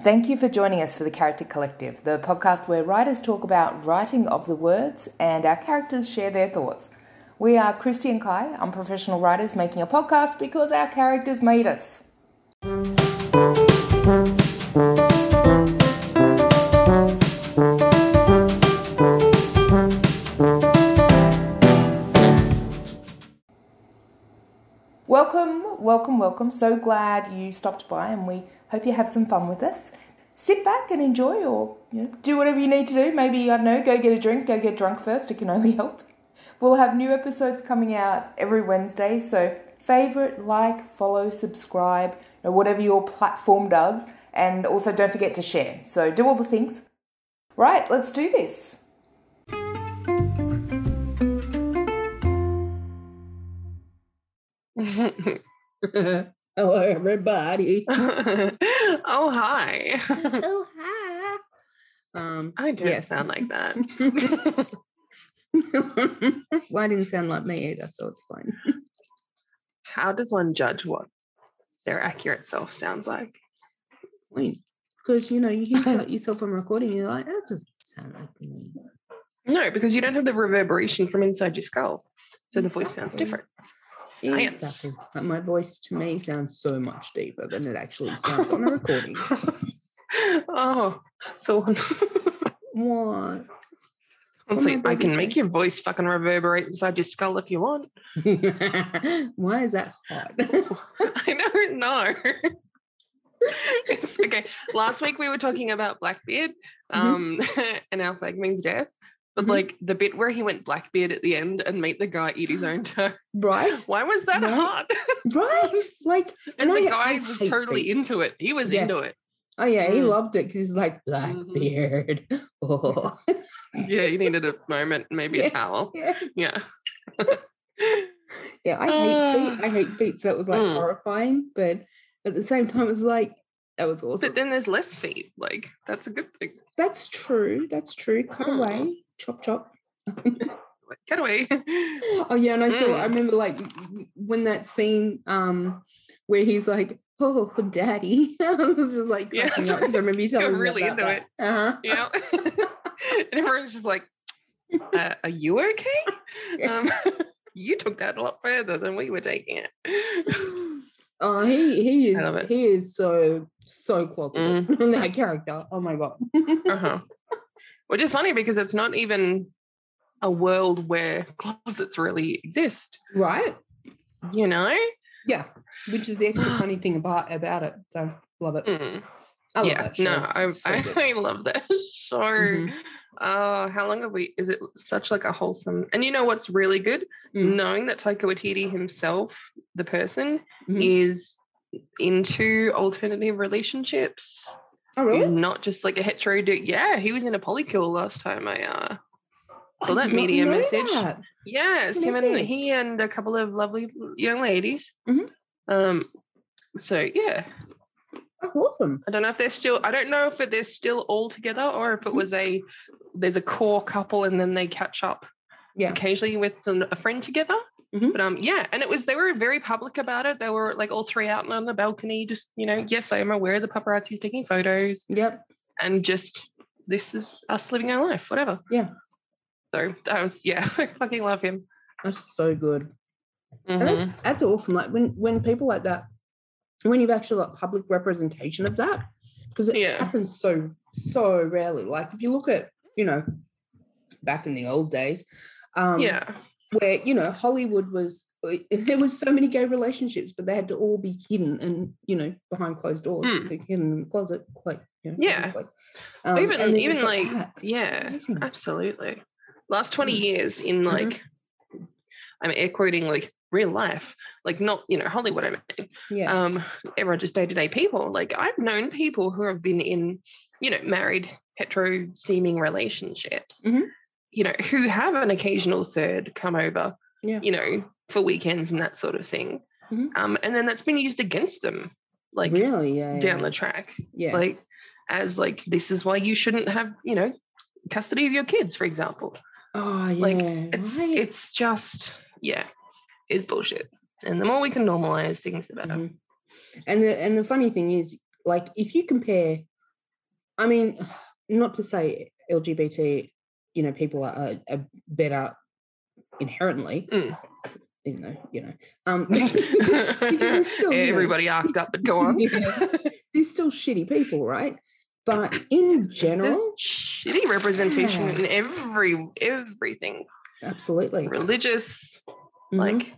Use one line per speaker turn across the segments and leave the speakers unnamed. Thank you for joining us for the Character Collective, the podcast where writers talk about writing of the words and our characters share their thoughts. We are Christy and Kai, unprofessional writers making a podcast because our characters made us. Welcome, welcome, welcome. So glad you stopped by and we hope you have some fun with us. Sit back and enjoy or you know, do whatever you need to do. Maybe, I don't know, go get a drink, go get drunk first. It can only help. We'll have new episodes coming out every Wednesday. So, favorite, like, follow, subscribe, you know, whatever your platform does. And also, don't forget to share. So, do all the things. Right, let's do this.
Hello, everybody.
oh hi.
oh, hi. Um,
I don't
Yes.
sound like that.
well, I didn't sound like me either, so it's fine.
How does one judge what their accurate self sounds like?
Because, you know, you hear yourself- yourself on recording, you're like, that doesn't sound like me.
No, because you don't have the reverberation from inside your skull. So the voice sounds
Exactly.
different. Science.
Exactly. Like, my voice to me sounds so much deeper than it actually sounds on the recording.
oh, so
What?
honestly,
my
I can
goodness.
make your voice fucking reverberate inside your skull if you want.
Why is that hot?
I don't know. it's okay. Last week we were talking about Blackbeard,
Mhm.
um, and our flag means death. But
Mhm.
like the bit where he went Blackbeard at the end and made the guy eat his own toe.
right?
Why was that
No.
hard?
Right? Like,
And
I-
the
I
guy was
hate
totally into it. He was
Yeah.
into it.
Oh yeah, he
Mm. Mm-hmm.
loved it because he's like Blackbeard. Oh,
Yeah, he needed a moment, maybe
Yeah.
a towel.
yeah,
Yeah.
yeah. I hate feet. I hate feet, so it was like
Ah. Mm.
horrifying, but at the same time, it was like that was awesome.
but then there's less feet. Like that's a good thing.
that's true. That's true. Cut
Mm.
away, chop chop.
Like, Get away.
Oh yeah, and I saw. I
Mm.
remember like when that scene um where he's like, "Oh, daddy," I was just like,
Yeah,
cracking up 'cause I remember you telling me
really
about
into
that. Uh-huh.
you know? and everyone's just like, uh, are you okay?
Yeah.
Um, you took that a lot further than we were taking it.
Uh-huh. Oh, he he
I love
is
it. Mm.
he is so so closeted in that character. Oh my god.
Uh-huh. Which is funny because it's not even a world where closets really exist,
right?
you know?
Yeah. Which is the actually funny thing about about it. So love it.
Mm,
I love
yeah,
that show.
no, I,
It's so
I,
good.
I love that show.
Mhm.
Oh, how long have we? Is it such like a wholesome? And you know what's really good?
Mm.
Knowing that Taika Waititi himself, the person,
Mhm.
is into alternative relationships.
Oh really?
Not just like a hetero dude. Yeah, he was in a polycule last time I uh saw
I
that
did not
media
know
message.
that.
Yes,
Fucking
him and
epic.
he and a couple of lovely l- young ladies.
Mhm.
Um, so yeah,
Oh, awesome.
I don't know if they're still. I don't know if they're still all together or if it
Mhm.
was a there's a core couple and then they catch up
Yeah.
occasionally with an, a friend together.
Mhm.
But um, yeah, and it was they were very public about it. They were like all three out and on the balcony, just you know, yes, I am aware the paparazzi's taking photos
Yep.
and just this is us living our life, whatever.
Yeah.
So I was yeah, I fucking love him.
That's so good. And
Mhm.
that's that's awesome. Like when when people like that, when you've actually got public representation of that, because it
Yeah.
happens so so rarely. Like if you look at you know back in the old days, um,
Mm-hmm. yeah.
where you know Hollywood was eh, there was so many gay relationships, but they had to all be hidden and you know behind closed doors,
Mm.
like, hidden in the closet, like you know,
Yeah.
obviously. Um,
even
and then
even
you've got
like
that. It's
yeah, uh,
amazing.
absolutely. Last twenty
Mm.
years in like, I'm air quoting like real life, like not you know Hollywood. I mean,
yeah,
um, everyone just day to day people. Like I've known people who have been in, you know, married hetero seeming relationships,
Mhm.
you know, who have an occasional third come over,
Yeah.
you know, for weekends and that sort of thing.
Mhm.
Um, and then that's been used against them, like
really, yeah,
down
yeah,
the track
yeah.
like as like this is why you shouldn't have you know custody of your kids for example
oh, yeah,
like, it's
right.
it's just yeah it's bullshit and the more we can normalize things the better
Mhm. And the and the funny thing is, like, if you compare I mean, not to say LGBT, you know, people are, are, are better inherently.
Mm.
Even though, you know, um,
Because
it's still, you know-
Everybody arced up, but go on.
Yeah. they're still shitty people, right? But in general,
There's shitty representation
Yeah.
in every everything.
absolutely.
Religious,
Mhm.
like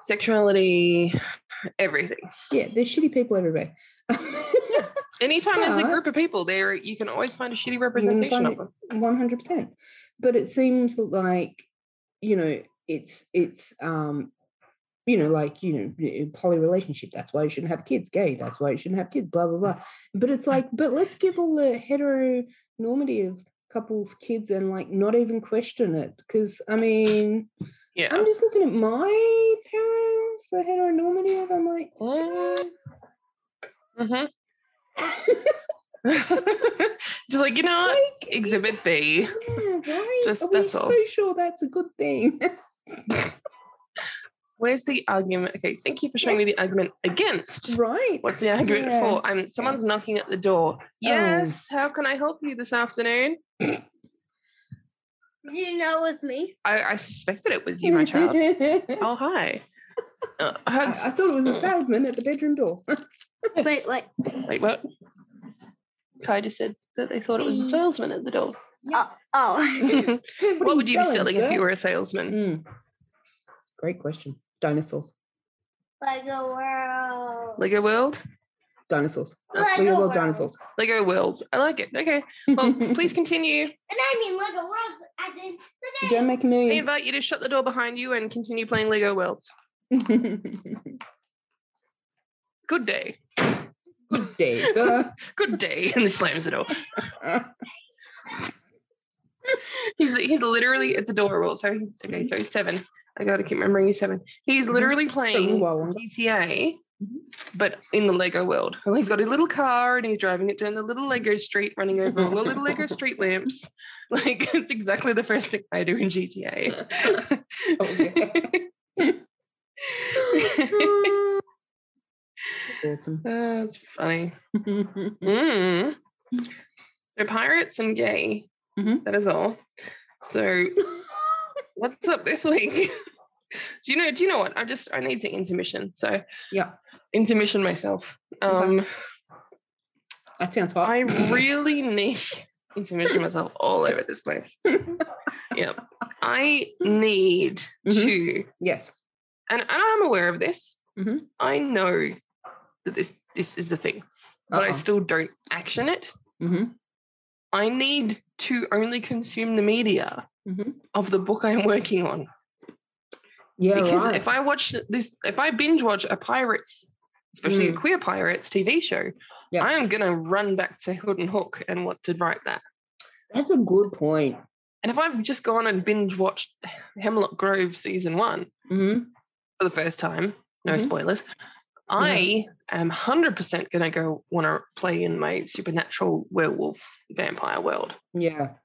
sexuality, everything.
yeah, there's shitty people everywhere.
Anytime there's a
But-
group of people there, you can always find a shitty
find
representation of
it.
them.
one hundred percent. But it seems like you know it's it's um you know like you know poly relationship. That's why you shouldn't have kids. Gay. That's why you shouldn't have kids. Blah blah blah. But it's like, but let's give all the heteronormative couples kids and like not even question it because I mean
Yeah.
I'm just looking at my parents, the heteronormative. I'm like.
Mm. Mhm. Just like, you know what?
like
Exhibit B.
Yeah, right.
Just-
Are we
that's
so
all.
sure that's a good thing?
Where's the argument? Okay, thank you for showing me the argument against.
right.
What's the argument
Yeah.
for? Um, someone's knocking at the door. Yes, how can I help you this afternoon?
You know it's me.
I, I suspected it was you, my child.
I,
oh, hi. Uh,
I
hugs.
thought it was a salesman at the bedroom door.
Yes.
Wait, like
Wait, what? Kai just said that they thought it was a
Mm.
salesman at the door.
oh, oh.
what
what, are
would you
selling,
be selling if
sir?
you were a salesman?
Mm. Great question. Dinosaurs.
like a world.
Lego World?
Dinosaurs.
Like
Like
a
little
world.
dinosaurs.
Lego World. I like it. Okay. Well, please continue.
and I mean like a world as in the
Don't make
I
me.
invite you to shut the door behind you and continue playing Lego Worlds. Good day.
good day, sir.
Good day. And he slams the door. He's he's literally it's adorable. So he's okay, so he's seven. I gotta keep remembering he's seven. He's
Mhm.
literally
Little
playing
while longer.
GTA,
Mhm.
but in the Lego world. And he's got his little car and he's driving it down the little Lego street, running over all the little Lego street lamps. Like it's exactly the first thing I do in GTA.
Oh, yeah. Mm. That's awesome.
That's funny. Mm. They're pirates and gay.
Mhm.
That is all. So what's up this week? do you know? Do you know what? I just I need to intermission. So
yeah,
intermission myself. Um,
that sounds hot.
I really need intermission myself all over this place. yep. I need
Mhm.
to,
yes.
and, and I'm aware of this.
Mhm.
I know that this this is the thing, but I
Uh-oh.
still don't action it.
Mhm,
I need to only consume the media
mhm.
of the book I'm working on.
Yeah,
because
right.
if I watch this, if I binge watch a pirates, especially a queer pirates TV show,
Mm. Yeah.
I am gonna run back to Hood and Hook and want to write that.
That's a good point.
And if I've just gone and binge watched Hemlock Grove season one
Mhm.
for the first time, no
Mhm.
spoilers, I
Mm-hmm.
am hundred percent gonna go want to play in my supernatural werewolf vampire world.
Yeah.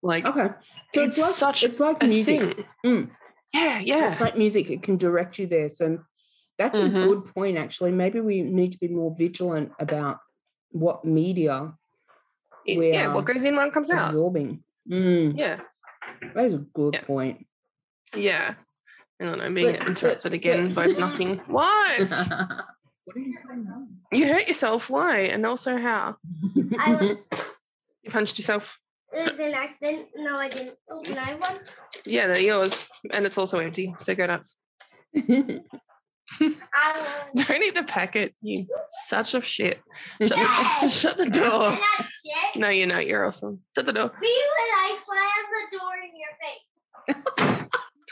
Like
Okay. So it's,
It's
like
such
it's like
a
music.
thing.
Mm.
Yeah, yeah.
It's like music. It can direct you there. So that's
Mhm.
a good point. Actually, maybe we need to be more vigilant about what media
It-
we
yeah, what
are
goes in, one comes out.
absorbing. Mm,
Yeah,
that is a good
Yeah.
point.
yeah. I don't know, being
But- but-
interrupted again
but-
by knocking. What?
What is this?
You hurt yourself. Why? And also how?
I was,
You punched yourself.
it was an accident. No, I didn't. Oh, can I have one?
Yeah, they're yours. And it's also empty. So go nuts.
I will.
Don't eat the packet. You such of shit. Shut the, shut the door.
Can I check?
No, you're not. You're awesome. Shut the door.
Me when I slam the door in your face.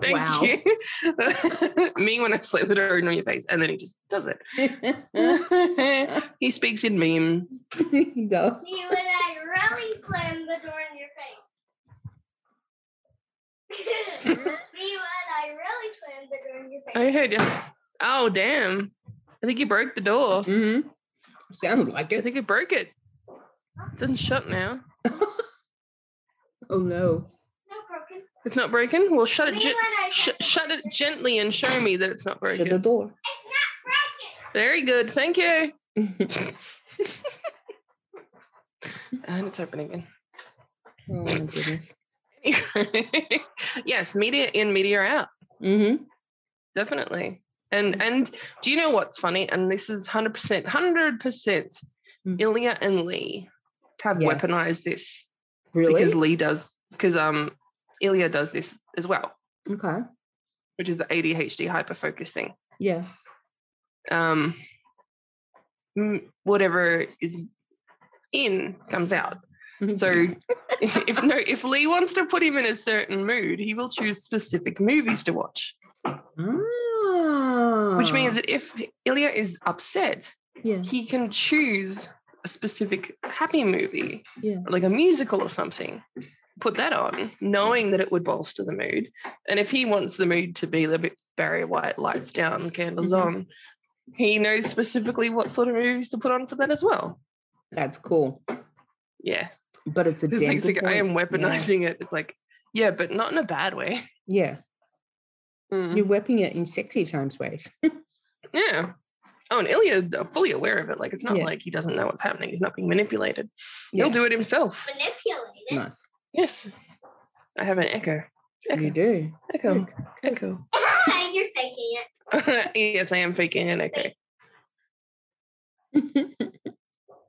Thank
Wow.
you. Me when I slap the door in your face. And then he just does it. he speaks in meme.
he does.
Me when I really slam the door in your face. Me when I really slam the door in your face.
I heard you. Oh, damn. I think you broke the door.
hmm Sounds like
I
it.
think you broke it. It doesn't shut now.
Oh no.
No broken.
It's not broken? Well, shut it.
Me
Ju-
when I
Sh-
slam the
shut it gently and show me that it's not
Shut the
broken.
door.
It's not broken.
Oh,
Very good. Thank you. What's happening then?
Oh my goodness.
yes, media in, media out,
Mm-hmm.
definitely. And and do you know what's funny? And this is hundred percent, hundred percent.
Mm.
Ilya and Lee have
Yes.
weaponized this
Really?
because Lee does because um Ilya does this as well,
okay.
which is the ADHD hyperfocus thing.
Yeah.
Um, m- whatever is in comes out. So if no, if Lee wants to put him in a certain mood, he will choose specific movies to watch. Which means
Ah,
that if Ilya is upset,
Oh. yeah.
he can choose a specific happy movie,
Yeah.
like a musical or something, put that on, knowing that it would bolster the mood. And if he wants the mood to be a little bit Barry White, lights down, candles
Mhm.
on, he knows specifically what sort of movies to put on for that as well.
That's cool.
Yeah.
But it's a
It's like,
damn
it's
good
like, I am
point.
weaponizing it. It's like, yeah, but not in a bad way.
Yeah.
Mm-hmm.
yeah.
Mm.
You're wepping it in sexy times ways.
Yeah. Oh, and Ilya are fully aware of it. Like it's not
Yeah.
like he doesn't know what's happening. He's not being manipulated.
Yeah.
He'll do it himself.
Manipulated.
nice.
Yes. I have an echo.
You
Echo.
do.
Echo. Echo.
You're faking it.
yes, I am faking an echo.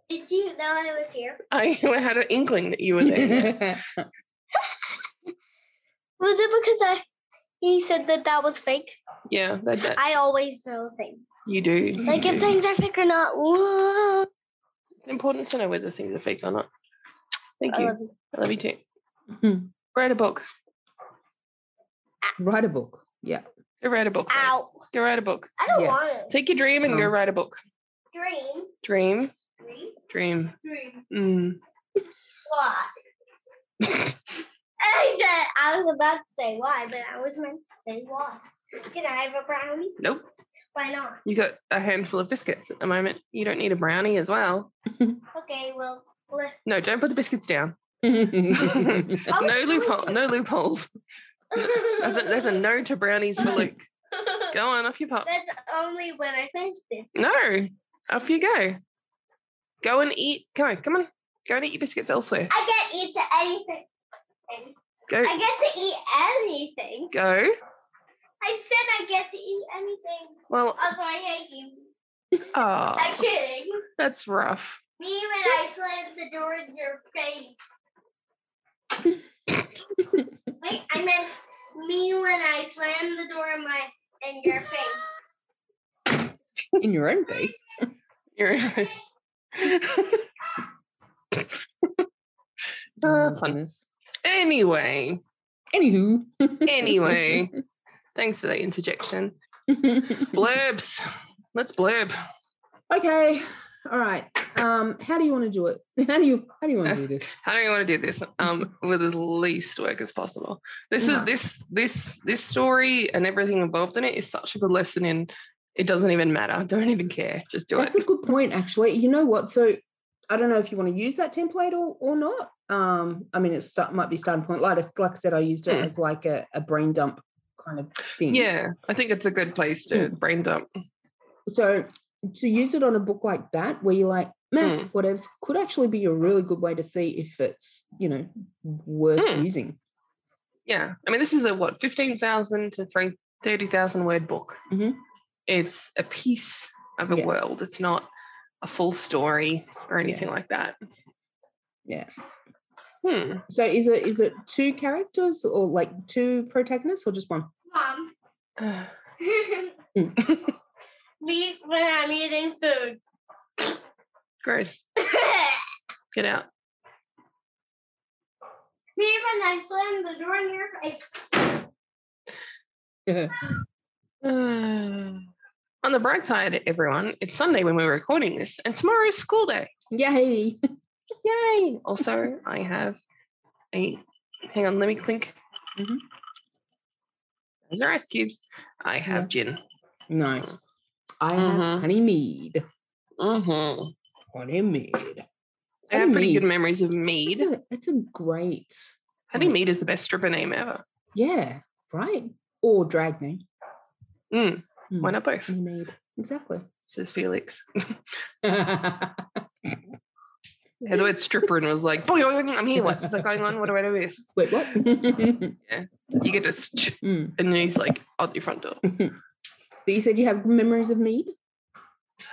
Did you know I was here?
I had an inkling that you were there. yes.
Was it because I? He said that that was fake.
Yeah, that, that-
I always know things.
you do. Uh, you
Like if
do.
things are fake or not. whoa.
it's important to know whether things are fake or not. Thank
I
you.
love Hmm. you.
I love you too. Write a book.
Write a book. Yeah.
Go write a book. Ray.
Ow! Um.
Go write a book.
I don't
Yeah.
want it.
Take your dream and go
Oh.
write a book.
Dream.
Dream.
Dream.
Dream.
Dream.
Mm.
Why? I said- I was about to say why, but I was meant to say why. Can I have a brownie?
Nope.
Why not?
You got a handful of biscuits at the moment. You don't need a brownie as well.
Okay, well, let,
No, don't put the biscuits down.
I was
No
going
loophole.
to.
No loopholes. There's a, there's a no to brownies for Luke. Go on, off you pop.
That's only when I finished it.
No, off you go. Go and eat. Come on, come on. Go and eat your biscuits elsewhere.
I get to eat to anything.
Go,
I get to eat anything.
go.
I said I get to eat anything.
Well,
Also, I hate you.
oh,
I'm kidding.
that's rough.
Me when I slammed the door in your face. Wait, I meant me when I slammed the door in my in your face.
In your own face.
You're in this. Ah,
Oh, my
fun.
goodness.
Anyway,
Anywho.
anyway. Thanks for that interjection. Blurbs. Let's blurb.
okay. All right. Um, how do you want to do it? How do you how do you want to do this?
how do we want to do this um with as least work as possible this
Yeah.
is this this this story and everything involved in it is such a good lesson in it doesn't even matter don't even care just do it
That's a good point, actually. You know what? So I don't know if you want to use that template or, or not. Um, I mean, it start, might be starting point. Like, I- like I said, I used it
Hmm.
as like a, a brain dump kind of thing.
yeah i think it's a good place
Hmm.
to brain dump
So to use it on a book like that, where you're like, man,
Hmm.
whatevs, could actually be a really good way to see if it's you know worth
Hmm.
using.
yeah i mean this is a what 15000 to three- 30000 word book
Mhm.
it's a piece of a
Yeah.
world it's not a full story or anything like that
Yeah.
hmm
So is it is it two characters or like two protagonists or just one?
Mom. me when I'm eating food.
gross get out
me when I slammed the door in your face.
Uh, on the bright side, everyone, it's Sunday when we're recording this, and tomorrow is school day.
Yay!
Yay! Also, I have a hang on, let me clink.
Mhm.
Those are ice cubes. I have gin.
nice. I
Mhm.
have honey mead.
Mm-hmm.
Honey mead.
I have pretty good
mead.
memories of mead.
It's a, it's a great,
Honey mead is the best stripper name ever.
yeah, right? Or drag name.
Mm.
Mm.
Why not both?
Honey mead. Exactly.
Says Felix. had the word stripper and was like, boing, boing, I'm here. What's going on? What do I do with this?
Wait, what?
You get to, st-
Mm.
and then he's like, out your front door.
But you said you have memories of Mead?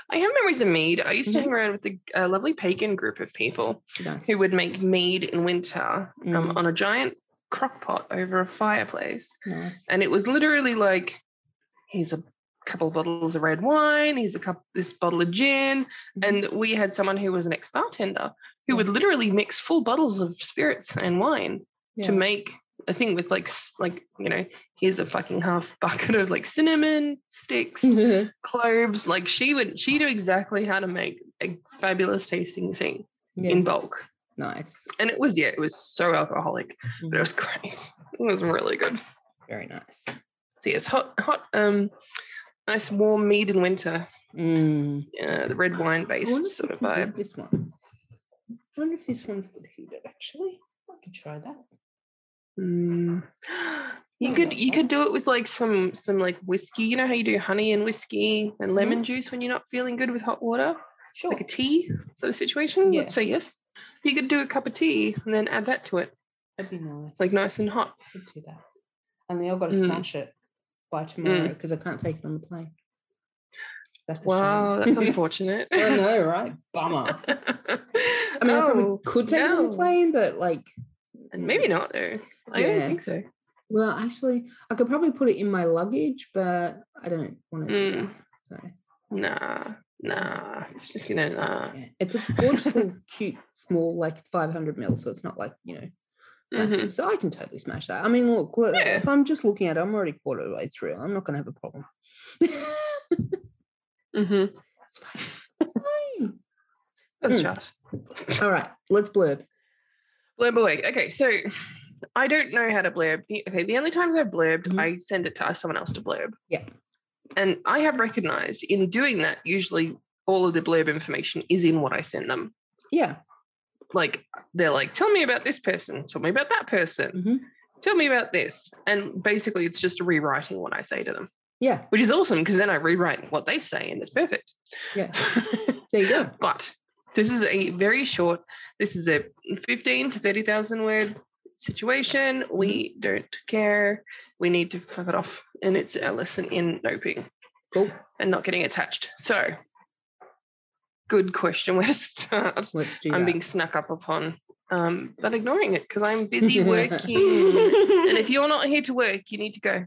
I have memories of mead. I used to hang around with a, a lovely pagan group of people
Nice.
who would make mead in winter um,
Mm.
on a giant crock pot over a fireplace.
Nice.
And it was literally like, here's a couple of bottles of red wine, here's a cup, this bottle of gin. And we had someone who was an ex bartender who would literally mix full bottles of spirits and wine to
Yeah.
make a thing with like, s- like you know, here's a fucking half bucket of like cinnamon sticks cloves. Like she would, she knew exactly how to make a fabulous tasting thing
yeah.
in bulk.
Nice.
And it was, yeah, it was so alcoholic, but it
Mhm.
was great. It was really good.
Very nice.
So yes, hot, hot, um, nice warm mead in winter.
Mm.
Uh, the red wine
I wonder
based
if
sort
I
of
can read
vibe.
This one. I wonder if this one's good heated actually. I could try that.
Mm. You
Not
could
bad,
you
huh?
could do it with like some some like whiskey. You know how you do honey and whiskey and lemon juice when you're not feeling good with hot water,
Mm-hmm. Sure.
like a tea sort of situation.
Yeah.
Let's say yes. You could do a cup of tea and then add that to it,
That'd be nice.
like nice and hot.
Could do that. And they all got to
Mm.
smash it by tomorrow because I can't take it on the plane. That's a shame.
Wow, that's unfortunate.
I know, right? Bummer. I mean, I probably
Oh,
could take it on
no.
the plane, but like,
and maybe not though. I
Yeah.
don't think so.
well, actually, I could probably put it in my luggage, but I don't want to. do
Mm.
that. So,
Nah, nah. It's just gonna nah.
yeah. It's a gorgeously cute, small, like 500 mil. So it's not like, you know, massive.
Mhm.
So I can totally smash that. I mean, look, look,
Yeah.
if I'm just looking at it, I'm already quarter of the way through. I'm not going to have a problem. it's
Mhm.
fine.
That's
Mm.
just
All right, let's blurb.
blurb away. Okay, so I don't know how to blurb. The, okay, the only times I've blurbed,
Mhm.
I send it to ask someone else to blurb.
Yep.
And I have recognized in doing that, usually all of the blurb information is in what I send them.
Yeah.
Like they're like, tell me about this person, tell me about that person,
mhm.
tell me about this. And basically it's just rewriting what I say to them.
Yeah.
which is awesome because then I rewrite what they say and it's perfect.
Yeah. There you go.
but this is a very short, this is a 15 to 30,000 word situation. We don't care. We need to fuck it off. And it's a lesson in noping
Cool.
and not getting attached. So, good question, where to start.
Let's do
I'm
that.
being snuck up upon, um, but ignoring it because I'm busy working. and if you're not here to work, you need to go.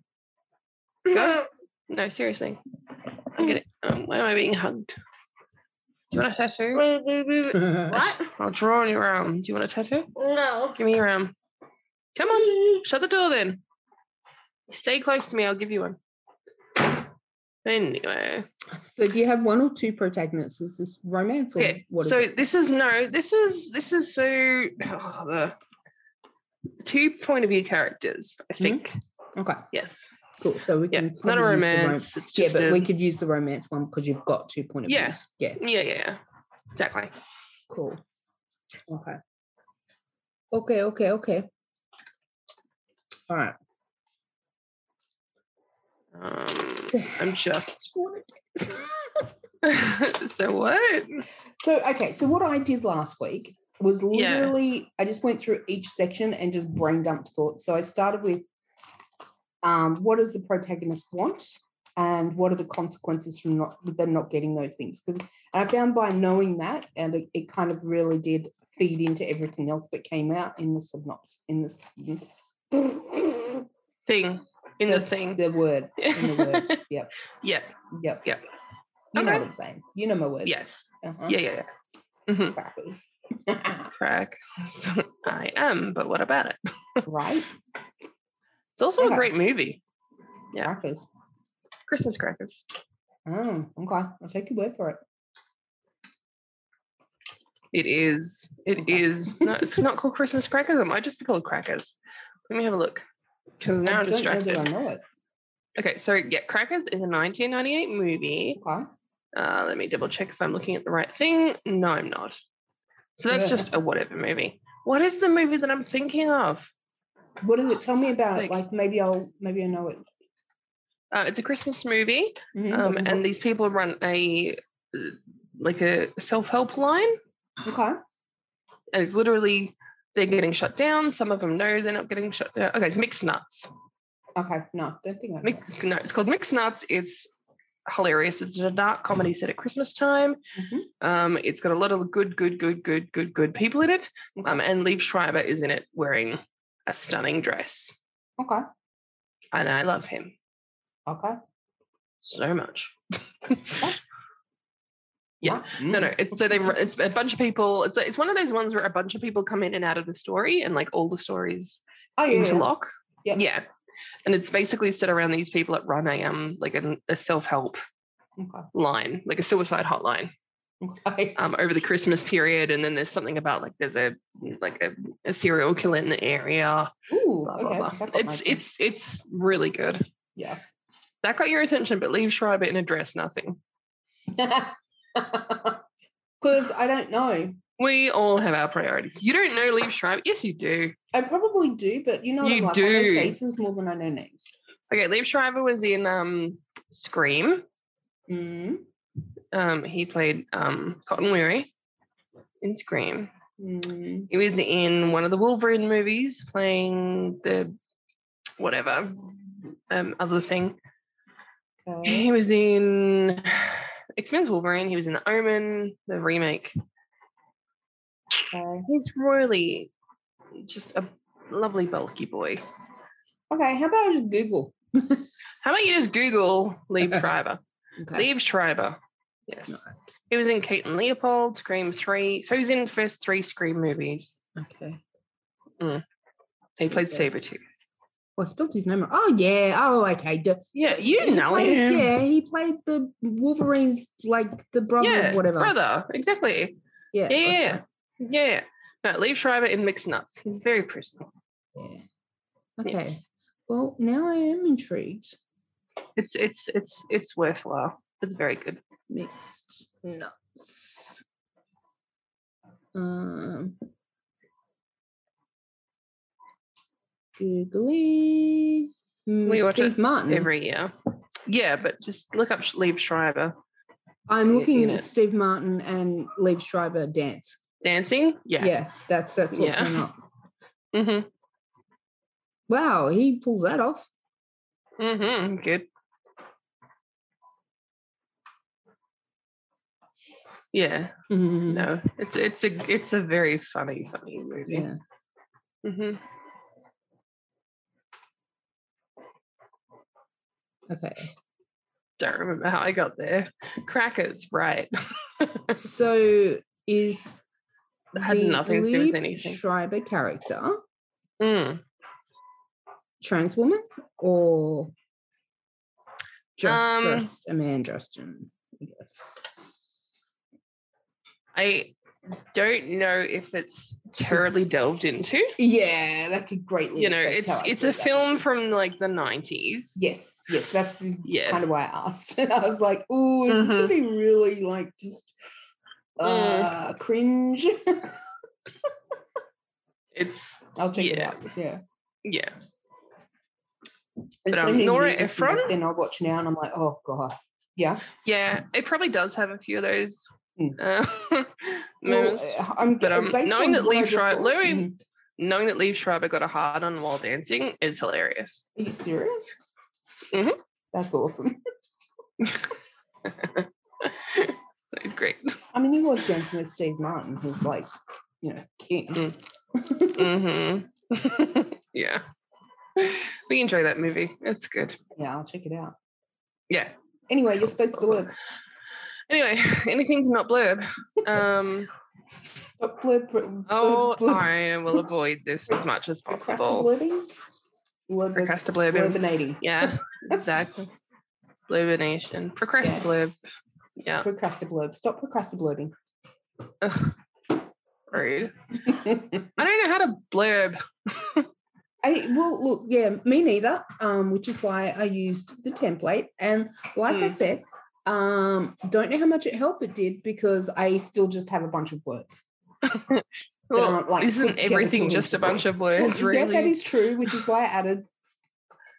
Go. No, seriously. I get it. Um, why am I being hugged? Do you want a tattoo?
What?
I'll draw on your arm. Do you want a tattoo?
No.
Give me your arm. Come on. Shut the door then. Stay close to me. I'll give you one. Anyway.
so do you have one or two protagonists? Is this romance or
Okay.
what? is
So
it?
this is no. This is this is so oh, the two point of view characters.
Hmm?
I think
okay,
yes.
cool. So we
Yeah.
can
Not a
probably use the rom-
romance. It's
Yeah,
just
but
a,
we could use the romance one because you've got two point of
Yeah.
views. Yeah,
Yeah, yeah, yeah. Exactly.
cool. Okay. Okay, okay, okay. All right.
Um,
So,
I'm just so what?
so okay, so what I did last week was
Yeah.
literally I just went through each section and just brain dumped thoughts. So I started with um, what does the protagonist want, and what are the consequences from not with them not getting those things? Because I found by knowing that, and it, it kind of really did feed into everything else that came out in the synopsis in this the
Thing in the thing.
word in the word. Yep,
yeah.
yep,
Yep.
You know
Okay.
what I'm saying. You know my words.
Yes.
Uh-huh.
Yeah. Yeah. Yeah. hmm
Crappy.
Crack. I am. But what about it?
right?
It's also
Okay.
a great movie. Yeah.
Crackers.
Christmas crackers.
Oh, okay. I'll take your word for it.
It is. It
Okay.
is. No, it's not called Christmas crackers. It might just be called crackers. Let me have a look. Because now
I
I'm
don't know that I
distracted.
know it.
Okay, so yeah, Crackers is a 1998 movie.
Okay.
Uh, let me double check if I'm looking at the right thing. No, I'm not. So that's
Yeah.
just a whatever movie. What is the movie that I'm thinking of?
What is it? Tell me
For fuck's
about it.
sake.
Like maybe I'll maybe I know it.
Uh, it's a Christmas movie,
Mhm,
um,
doesn't
and these people run a uh, like a self help line,
help. okay.
And it's literally they're getting shut down. Some of them know they're not getting shut down. Okay, it's mixed nuts.
Okay, no, don't think I know.
Mixed, no, it's called Mixed Nuts. It's hilarious. It's a dark comedy set at Christmas time.
Mhm.
Um, it's got a lot of good, good, good, good, good, good people in it.
Mm-hmm.
Um, and Lieb Schreiber is in it wearing a stunning dress.
Okay,
And I love him
okay.
so much.
Yeah.
Yeah. No, no. It's so they. It's a bunch of people. It's it's one of those ones where a bunch of people come in and out of the story, and like all the stories
Oh yeah. yeah.
interlock.
Yeah.
Yeah. And it's basically set around these people that run a um like an, a self help
Okay.
line, like a suicide hotline,
Okay.
um over the Christmas period. And then there's something about like there's a like a, a serial killer in the area.
Oooo.
Blah
okay.
blah
that
blah.
got my
It's
attention.
it's it's really good.
yeah.
That got your attention, but leave Schreiber in a dress, nothing.
Because I don't know.
We all have our priorities. You don't know Leave Schreiber. Yes, you do.
I probably do, but you know what
You
I'm like. I know
do.
faces more than I know names.
Okay, Leave Schreiber was in um Scream.
Mm.
Um he played um Cotton Weary in Scream.
Mm.
He was in one of the Wolverine movies playing the whatever um other thing.
Okay.
He was in X-Men's Wolverine, he was in the Omen, the remake.
okay.
He's really just a lovely bulky boy.
Okay. How about I just Google?
How about you just Google Lieb Schreiber?
Okay.
Lieb Schreiber. Yes. He was in Kate and Leopold, Scream 3. So he's in the first three Scream movies.
Okay.
He played
Okay.
Sabretooth.
Well, I spelled his name. wrong. Oh yeah. Oh okay. Duh.
Yeah,
He
you know
played-
him.
Yeah, he played the Wolverines, like the brother,
yeah,
whatever.
brother. Exactly.
Yeah.
Yeah, yeah,
gotcha.
yeah. No, leave Shriver in mixed nuts. He's very pretty.
yeah. Okay.
Yes.
Well, now I am intrigued.
It's it's it's it's worthwhile. It's very good.
mixed nuts. Um, googling. Mm,
We watch
Steve
it
Martin.
Every year. Mm-hmm. Yeah, but just look up Sh- Liev Schreiber.
I'm
Yeah,
looking
you know.
at Steve Martin and Liev Schreiber dance.
Dancing?
Yeah,
Yeah.
that's that's what
Yeah.
came up.
Mm-hmm.
Wow, he pulls that off.
Mm-hmm. Good. Yeah.
Mhm.
No. It's it's a it's a very funny, funny movie.
Yeah.
Mm-hmm.
Okay.
Don't remember how I got there. Crackers, right.
So is
Had nothing to do with
Liev
anything.
Schreiber character
Mm.
trans woman or just,
Um,
just a man, Justin? I guess.
I don't know if it's terribly delved into.
Yeah, that could greatly.
You know,
affect
it's
how I
it's
see
a
that.
film from like the nineties.
Yes, yes, that's
Yeah. Mm-hmm.
kind of why I asked. I was like, "Oh, is this gonna be really like just
Mm.
uh, cringe?"
It's
I'll check it
Yeah.
out. Yeah,
yeah.
There's
But,
so
um,
many
Nora
movies from back
Ephron?
Then I watch now, and I'm like, "Oh god, yeah."
Yeah. It probably does have a few of those
Mm.
uh,
Well,
moments.
uh, I'm
But, um,
based
knowing
on
that
what I
Liev
just
Schreiber-
saw-
Larry-
Mhm.
Knowing that Liev Schreiber got a hard on while dancing is hilarious.
Are you serious?
Mhm.
That's awesome.
That is great.
I mean, he was dancing with Steve Martin, who's like, you know, king.
Mm. Mm-hmm. yeah. We enjoy that movie. It's good.
Yeah, I'll check it out.
Yeah.
Anyway, you're supposed to
Cool.
blurb.
Anyway, anything to not blurb. Um,
Stop blurb, blurb,
oh,
blurb.
I will avoid this as much as possible.
Procrastinating? Blurb is
Procrastinating.
blurbinating.
Yeah, exactly. Blurbination. Procrastinating. Yeah.
Procrastinating. Stop procrastinating.
Ugh. Rude.
I
I don't know how to blurb.
well look, yeah, me neither. Um, which is why I used the template. And like I
Mm.
said, um, don't know how much it helped it did because I still just have a bunch of words. That
Well,
aren't, like, put
isn't
together
everything just a
cohesively.
bunch of
Well,
words,
yes, that
really?
is true, which is why I added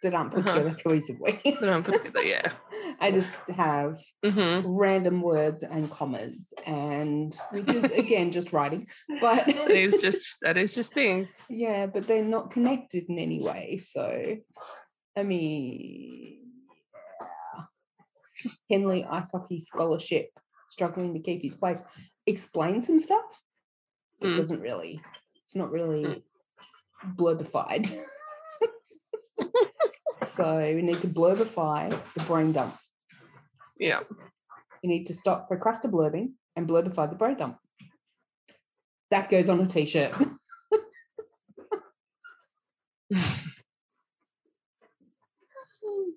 that aren't put
Uh-huh.
together cohesively.
That aren't put together, yeah.
I just have
hmm
random words and commas, and which is again just writing, but
That is just that is just things.
yeah, but they're not connected in any way. So, I mean, Henley Ice Hockey Scholarship struggling to keep his place. Explain some stuff. It
Mm.
doesn't really. It's not really
Mm.
blurbified. so we need to blurbify the brain dump.
Yeah.
You need to stop procrastinate blurbing and blurbify the brain dump. That goes on a t-shirt.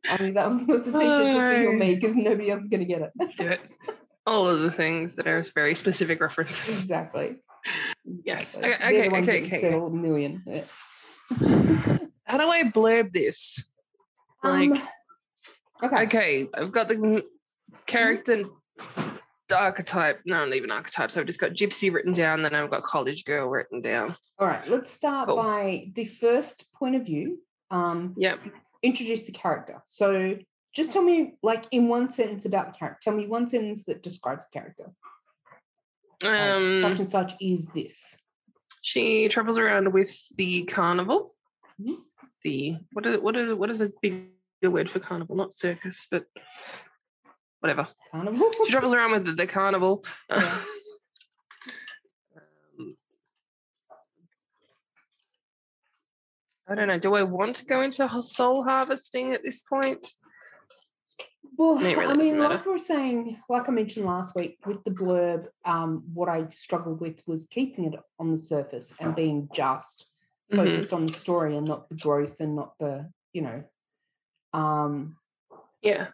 I mean, that was that's a t-shirt just for you and me because nobody else is going to get it.
Do it. All of the things that are very specific references.
exactly.
Yes.
Exactly.
Okay, okay,
Mm-hmm. They're the ones
okay,
that
okay.
Sell a million. Yeah.
How do I blurb this? Like,
Um, okay.
okay, I've got the
mm-hmm.
character archetype. No, not even archetypes. I've just got gypsy written down, then I've got college girl written down.
All right. Let's start
Cool.
by the first point of view. Um,
Yep.
introduce the character. So just tell me, like, in one sentence about the character. Tell me one sentence that describes the character. Like, Oh, such
Um,
and such is this.
she travels around with the carnival.
Mhm.
The what is what is what is a bigger word for carnival? Not circus, but whatever.
Carnival.
She travels around with the, the carnival.
Yeah.
Um, I don't know. Do I want to go into har- soul harvesting at this point?
Well,
It really
I
doesn't
mean,
matter.
like we were saying, like I mentioned last week with the blurb, um, what I struggled with was keeping it on the surface and being just
Mhm.
focused on the story and not the growth and not the, you know. Um,
Yeah.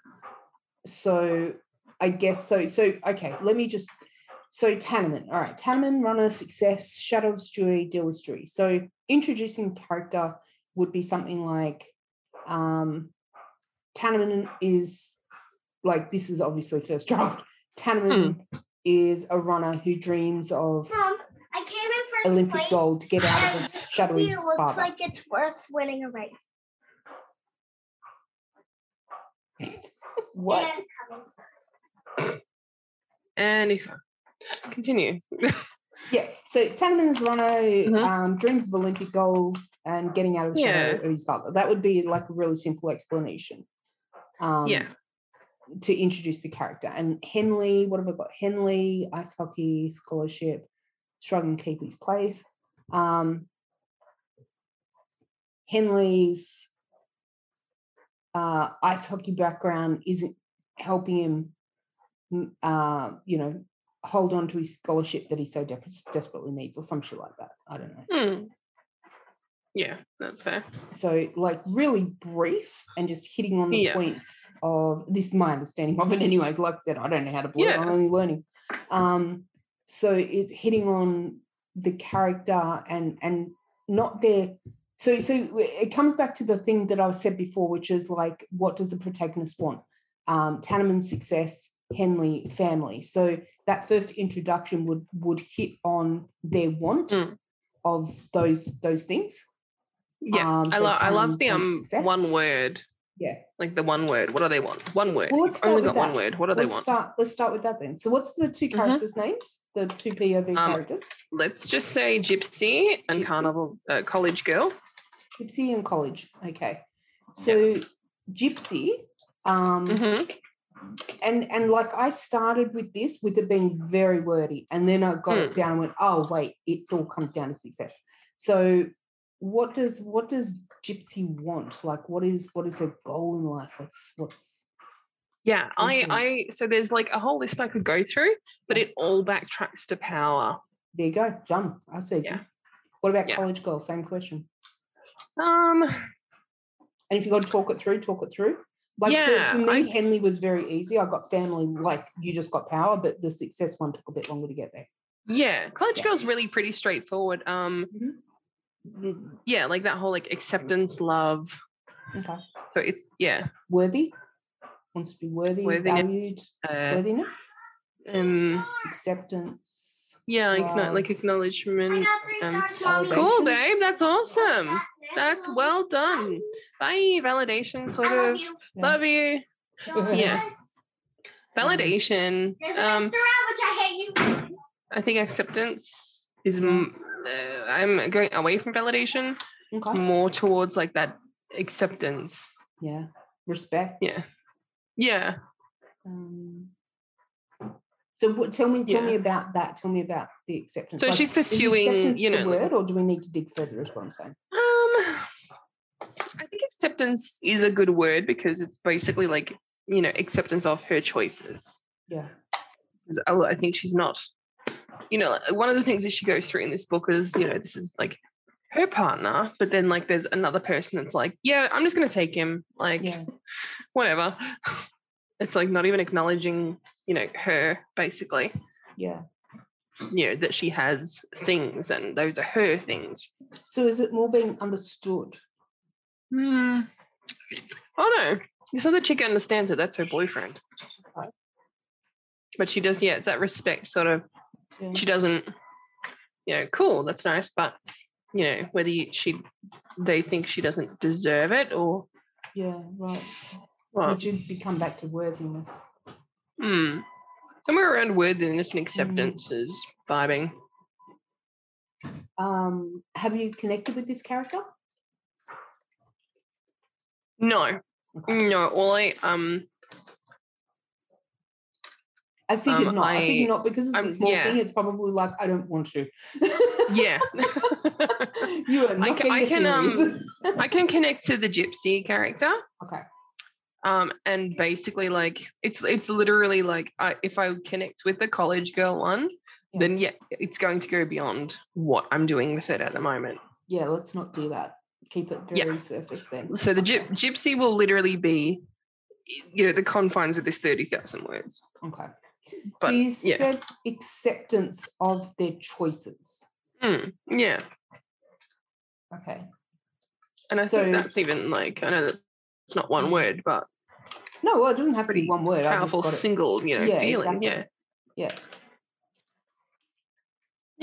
so I guess so. So okay, let me just so Tanneman. All right, Tanneman, runner, success, shadow of Stewie, deal with Stewie. So introducing character would be something like um Tanneman is like this is obviously first draft. Tanneman is a runner who dreams of
Mom, I came in first
Olympic
place.
gold to get out of
and
the shadow of
It
his
looks
father.
like it's worth winning a race.
what?
And coming.
And he's gone. Continue.
Yeah. So Tanneman's runner
Mhm.
um, dreams of Olympic gold and getting out of the shadow of his father. That would be like a really simple explanation. Um,
yeah.
To introduce the character and Henley. What have I got? Henley ice hockey scholarship, struggling to keep his place. Um, Henley's uh, ice hockey background isn't helping him, mm, uh, you know, hold on to his scholarship that he so de- desperately needs, or some shit like that. I don't know.
Hmm. Yeah, that's fair.
So, like, really brief and just hitting on the
Yeah.
points of this is my understanding of it anyway. Like I said, I don't know how to blog,
Yeah.
I'm only learning. Um, so it's hitting on the character and and not their so so it comes back to the thing that I said before, which is like, what does the protagonist want? Um, Tanneman success, Henley family. So that first introduction would would hit on their want
Mm.
of those those things.
Yeah.
Um,
I
so
love I love
time
the
and
um
success.
one word.
Yeah.
Like the one word. What do they want? One word.
Well, let's
You've only
start
got
with
one
that.
word. What do
let's
they want? Mm-hmm.
start. Let's start with that then. So, what's the two characters' names? The two POV
Um,
characters,
Let's just say gypsy and
Gypsy.
carnival uh, college girl.
Gypsy and College. Okay. So, Gypsy, um,
hmm
and and like I started with this with it being very wordy, and then I got
Hmm.
it down and went, oh wait, it's all comes down to success. So, what does what does Gypsy want? Like, what is what is her goal in life? What's what's
Yeah, I,
Mhm.
I, so there's like a whole list I could go through, but it all backtracks to power.
there you go, done. That's easy.
Yeah.
What about
Yeah.
college girl? Same question.
Um,
And if you got to talk it through, talk it through. Like for-
Yeah,
for,
I-
me, Henley was very easy. I got family, like you just got power, but the success one took a bit longer to get there.
yeah, college
Yeah.
girl's really pretty straightforward. Um,
Mm-hmm.
mm, yeah, like that whole like acceptance, love.
Okay.
So it's yeah,
Worthy wants to be worthy,
Worthiness.
valued,
uh,
worthiness,
um,
acceptance.
yeah, like, no,
Love.
like
I
acknowledgement.
got three
Um,
Oh,
stars, Mommy.
validation.
Cool, babe, that's awesome.
Now
That's well done. Bye, validation, sort
I love
of.
you.
Yeah.
Love you.
Don't
Yeah.
miss.
Validation.
There's a
Um,
restaurant which I hate you.
I think acceptance is. m- Uh, I'm going away from validation,
Okay.
more towards like that acceptance.
Yeah. Respect.
Yeah. Yeah.
Um, so what, tell me, tell
Yeah.
me about that. Tell me about the acceptance.
So she's
is
pursuing,
acceptance
you
the
know, like-
word, or do we need to dig further? Is what I'm saying.
Um, I think acceptance is a good word because it's basically like you know acceptance of her choices.
Yeah.
'Cause oh, I I think she's not, you know, like, one of the things that she goes through in this book is you know this is like her partner, but then like there's another person that's like, yeah, I'm just gonna take him, like
Yeah.
whatever. it's like not even acknowledging you know her basically,
Yeah.
you know that she has things and those are her things.
So is it more being understood?
Hmm. Oh no. This other chick understands it. That's her boyfriend.
Okay.
But she does, yeah, it's that respect sort of.
Yeah.
She doesn't, you know, cool, that's nice. But, you know, whether you, she, they think she doesn't deserve it or
Yeah. Right.
what.
Would you be- come back to worthiness?
Hmm. Somewhere around worthiness and acceptance is vibing.
Um, have you connected with this character?
No,
Okay.
no, all I, um,
I figured
Um,
not. I,
I-
figured not because it's
I'm-
a small
yeah.
thing. It's probably like I don't want to.
yeah.
you are
I can,
not getting
I
the
can,
series.
um, I can connect to the gypsy character.
okay.
um and basically like it's it's literally like I, if i connect with the college girl one
Yeah.
then yeah it's going to go beyond what i'm doing with it at the moment
Yeah. Let's not do that. Keep it
Yeah.
very surface then.
so the
Okay.
gyp gypsy will literally be you know the confines of this 30000 words
Okay. so
But,
you
yeah.
said acceptance of their choices.
Mm, yeah
Okay.
and i
So-
think that's even like i know that it's not one
Mm.
word but
No, well, it doesn't have to be
Pretty
one word. I just
powerful
got it.
single you know
Yeah,
feeling
exactly.
yeah
Yeah.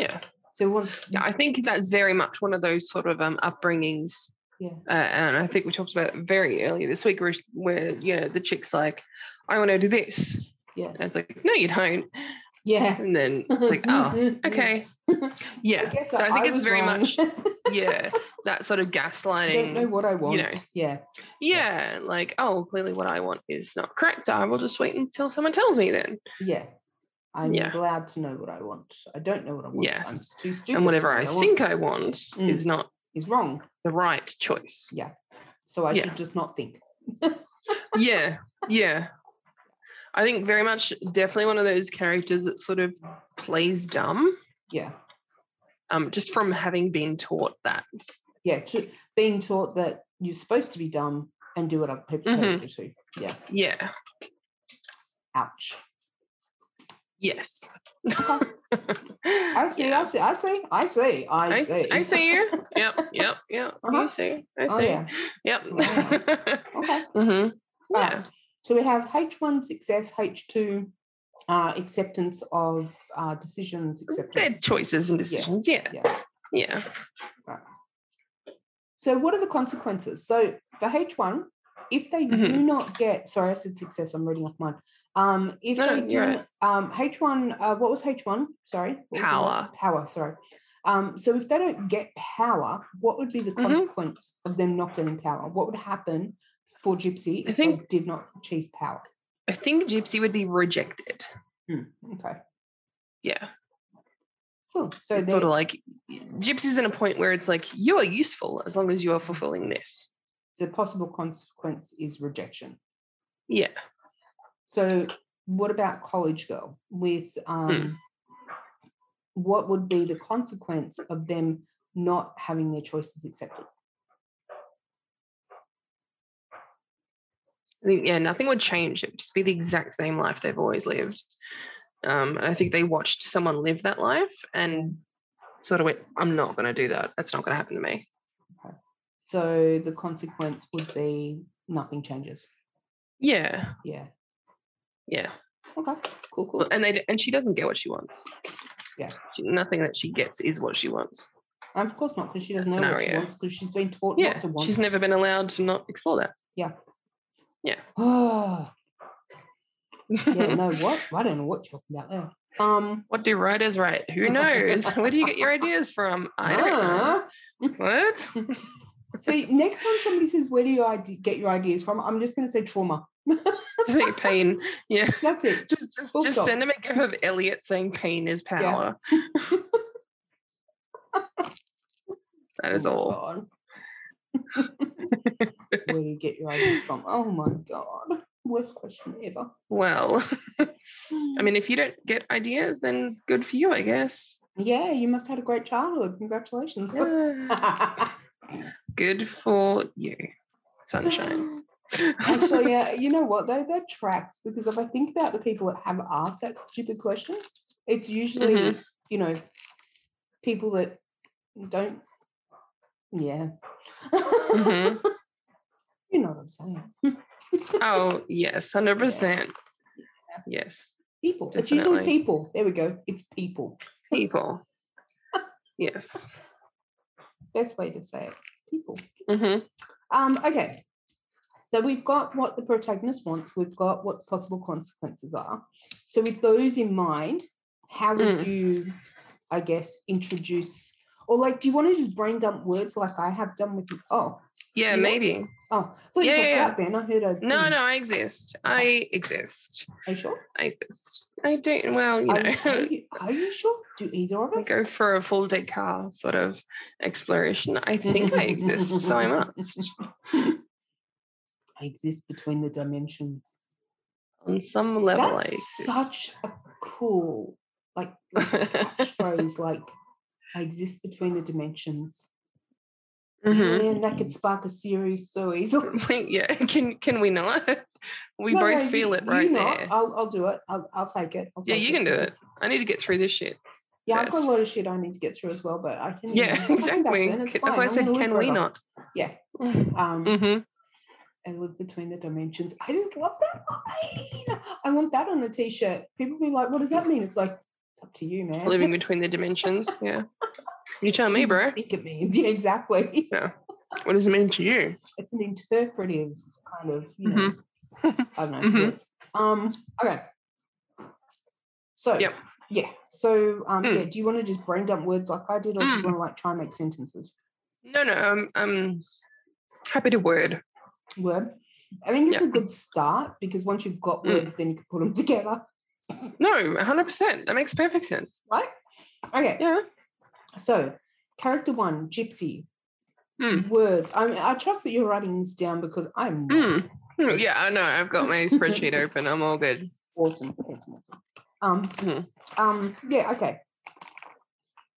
yeah
So one,
yeah, I think that's very much one of those sort of um, upbringings.
Yeah.
Uh, and I think we talked about it very early this week, where, sh- where you know the chick's like, "I want to do this,"
Yeah.
and it's like, "No, you don't,"
yeah.
and then it's like, "Oh, okay, yeah."
guess
so I think it's
was
very
wrong.
much yeah that sort of
I don't know
gaslighting.
what I want.
know.
yeah.
Yeah, like oh, clearly what I want is not correct. I will just wait until someone tells me then,
Yeah. I'm
Yeah.
glad to know what I want. I don't know what I want.
Yes.
I'm s- too stupid.
and whatever
for
I
what
think
want
I want
Mm.
is not
is wrong.
the right choice.
So I
Yeah.
should just not think.
yeah yeah i think very much definitely one of those characters that sort of plays dumb
Yeah.
um just from having been taught that
Yeah. To, being taught that you're supposed to be dumb and do what other people
Mm-hmm.
tell you to. Yeah.
yeah
Ouch.
yes
Okay. I see. I
Yeah.
see. I see. I see. I
I,
see.
I see you yep yep yep
Uh-huh.
you see i see
Oh, yeah.
yep
Wow. Okay.
hmm
Right.
yeah
So we have H1 success, H2 uh, acceptance of uh, decisions,
their
acceptance.
choices and decisions yeah
Yeah.
yeah
So what are the consequences? So for H1, if they do
Mhm.
not get, sorry, I said success, I'm reading off mine. Um, if
No,
they
no,
do,
you're
n- um, H1, uh, what was H1? Sorry. what was the
Power.
word? Power, sorry. Um, so if they don't get power, what would be the
Mhm.
consequence of them not getting power? What would happen for Gypsy
I
if
think-
they did not achieve power?
i think gypsy would be rejected
Okay,
yeah
cool. So
it's
they
sort of like gypsy's in a point where it's like you are useful as long as you are fulfilling this
the possible consequence is rejection.
yeah
So, what about college girl? With um,
Hmm.
what would be the consequence of them not having their choices accepted?
I think yeah, nothing would change. It'd just be the exact same life they've always lived. Um, and I think they watched someone live that life and sort of went, "I'm not going to do that. That's not going to happen to me."
So, the consequence would be nothing changes.
Yeah,
Yeah.
yeah.
Okay. Cool. Cool.
Well, And they d- and she doesn't get what she wants.
Yeah.
She, nothing that she gets is what she wants.
And of course not, because she doesn't know what she
Scenario.
wants, because she's been taught
Yeah,
not to want.
she's never been allowed to not explore that.
Oh, yeah, no, what? I don't know what you're talking about there. Um,
what do writers write? Who knows? Where do you get your ideas from? I don't know.
ah.
What?
See, next time somebody says, "Where do you ide- get your ideas from?" I'm just going to say trauma.
Just say pain. Yeah.
That's it.
Just just,
Full
just
stop.
send them a gif of Elliot saying pain is power. that is
Oh my
all.
God. Where do you get your ideas from? Oh my god, worst question ever.
Well, I mean, if you don't get ideas, then good for you, I guess.
Yeah, you must have had a great childhood. Congratulations.
Yeah. good for you, sunshine. Mm-hmm.
Actually, yeah, you know what though? That tracks because if I think about the people that have asked that stupid question, it's usually,
Mhm.
you know, people that don't yeah.
Mhm.
You know what I'm saying.
Oh yes, hundred percent. Yes,
People. It's usually
Definitely.
people. There we go. It's people.
people. Yes.
Best way to say it. People.
hmm
Um, okay. So we've got what the protagonist wants, we've got what the possible consequences are. So with those in mind, how would
Mm.
you, I guess, introduce or like do you want to just brain dump words like I have done with oh
Yeah,
You- Hmm.
maybe.
oh I thought
Yeah,
you
yeah,
dropped
yeah.
out then I heard I
No, no, I exist. I exist.
Are you sure?
I exist. I don't. Well, you
Are you- Are,
know,
you, are you sure? Do either of
I
us?
go for a full Descartes sort of exploration. I think I exist, so I must.
I exist between the dimensions.
On some level, I
That's
exist.
such a cool like catchphrase like I exist between the dimensions.
Mhm.
Man, that could spark a series so easily.
Wait, yeah. Can can we not? We
No,
both
no,
feel
you-
it
you
right
not.
there.
I'll, I'll do it. I'll, I'll take it. I'll
Yeah,
take
you can do it.
please.
I need to get through this shit.
Yeah, I've got
first.
a lot of shit I need to get through as well, but I can.
Yeah,
I can back
exactly.
then, it's
Ca- That's
fine.
why I
I'm
said,
gonna live
can we
forever.
not?
Yeah.
Mm.
Um,
Mhm.
I live between the dimensions. I just love that line. I want that on a t-shirt. People be like, "What does that mean?" It's like it's up to you, man.
Living between the dimensions. Yeah. You tell me, bro.
Think it means. Yeah, exactly.
What does it mean to you?
It's an interpretive kind of, you know.
Mhm.
I don't know.
Mhm.
words. Um. Okay. So.
Yep.
Yeah. So. Um.
Mm.
Yeah. Do you want to just brain dump words like I did, or do
Mm.
you want to like try and make sentences?
No, no. I'm I'm happy to word.
Word. I think it's
Yeah.
a good start because once you've got
Mm.
words, then you can put them together,
No, hundred percent. That makes perfect sense.
right? Okay.
Yeah.
So, character one, gypsy.
Mm.
Words. I mean, I trust that you're writing this down because I'm not.
Mm. Mm, Yeah, I know. I've got my spreadsheet open. I'm all good.
awesome. awesome, awesome. Um,
Mhm.
um, yeah, okay.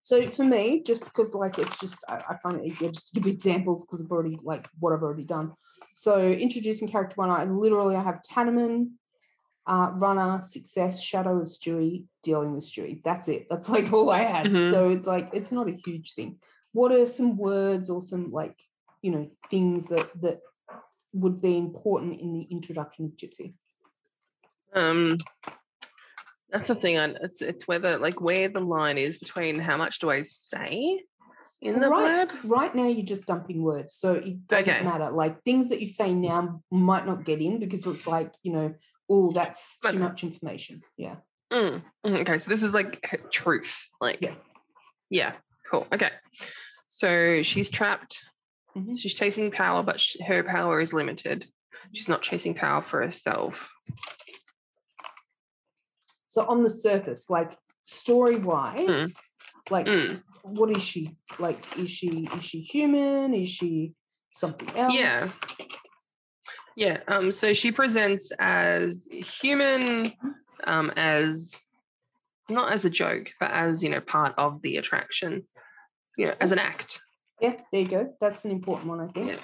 So for me, just because like it's just I, I find it easier just to give examples because I've already like what I've already done. So introducing character one, I literally I have Tannerman, uh, runner, success, shadow of Stewie, dealing with Stewie. That's it. That's like all I had.
Mhm.
So it's like it's not a huge thing. What are some words or some like you know things that that would be important in the introduction of Gypsy?
Um, that's the thing. I, it's it's whether like where the line is between how much do I say in the
Right.
blurb.
right now you're just dumping words so it doesn't
Okay.
matter like things that you say now might not get in because it's like you know oh that's too
Okay.
much information yeah
Mm, mm, okay, so this is like her truth. Like,
Yeah.
yeah, cool. Okay, so she's trapped.
Mhm.
She's chasing power, but sh her power is limited. She's not chasing power for herself.
so on the surface like story wise like
Mm,
what is she like is she is she human is she something else
Yeah. Yeah. Um. So she presents as human, um, as not as a joke, but as you know, part of the attraction. You know, as an act.
yeah there you go that's an important one i think
Yeah.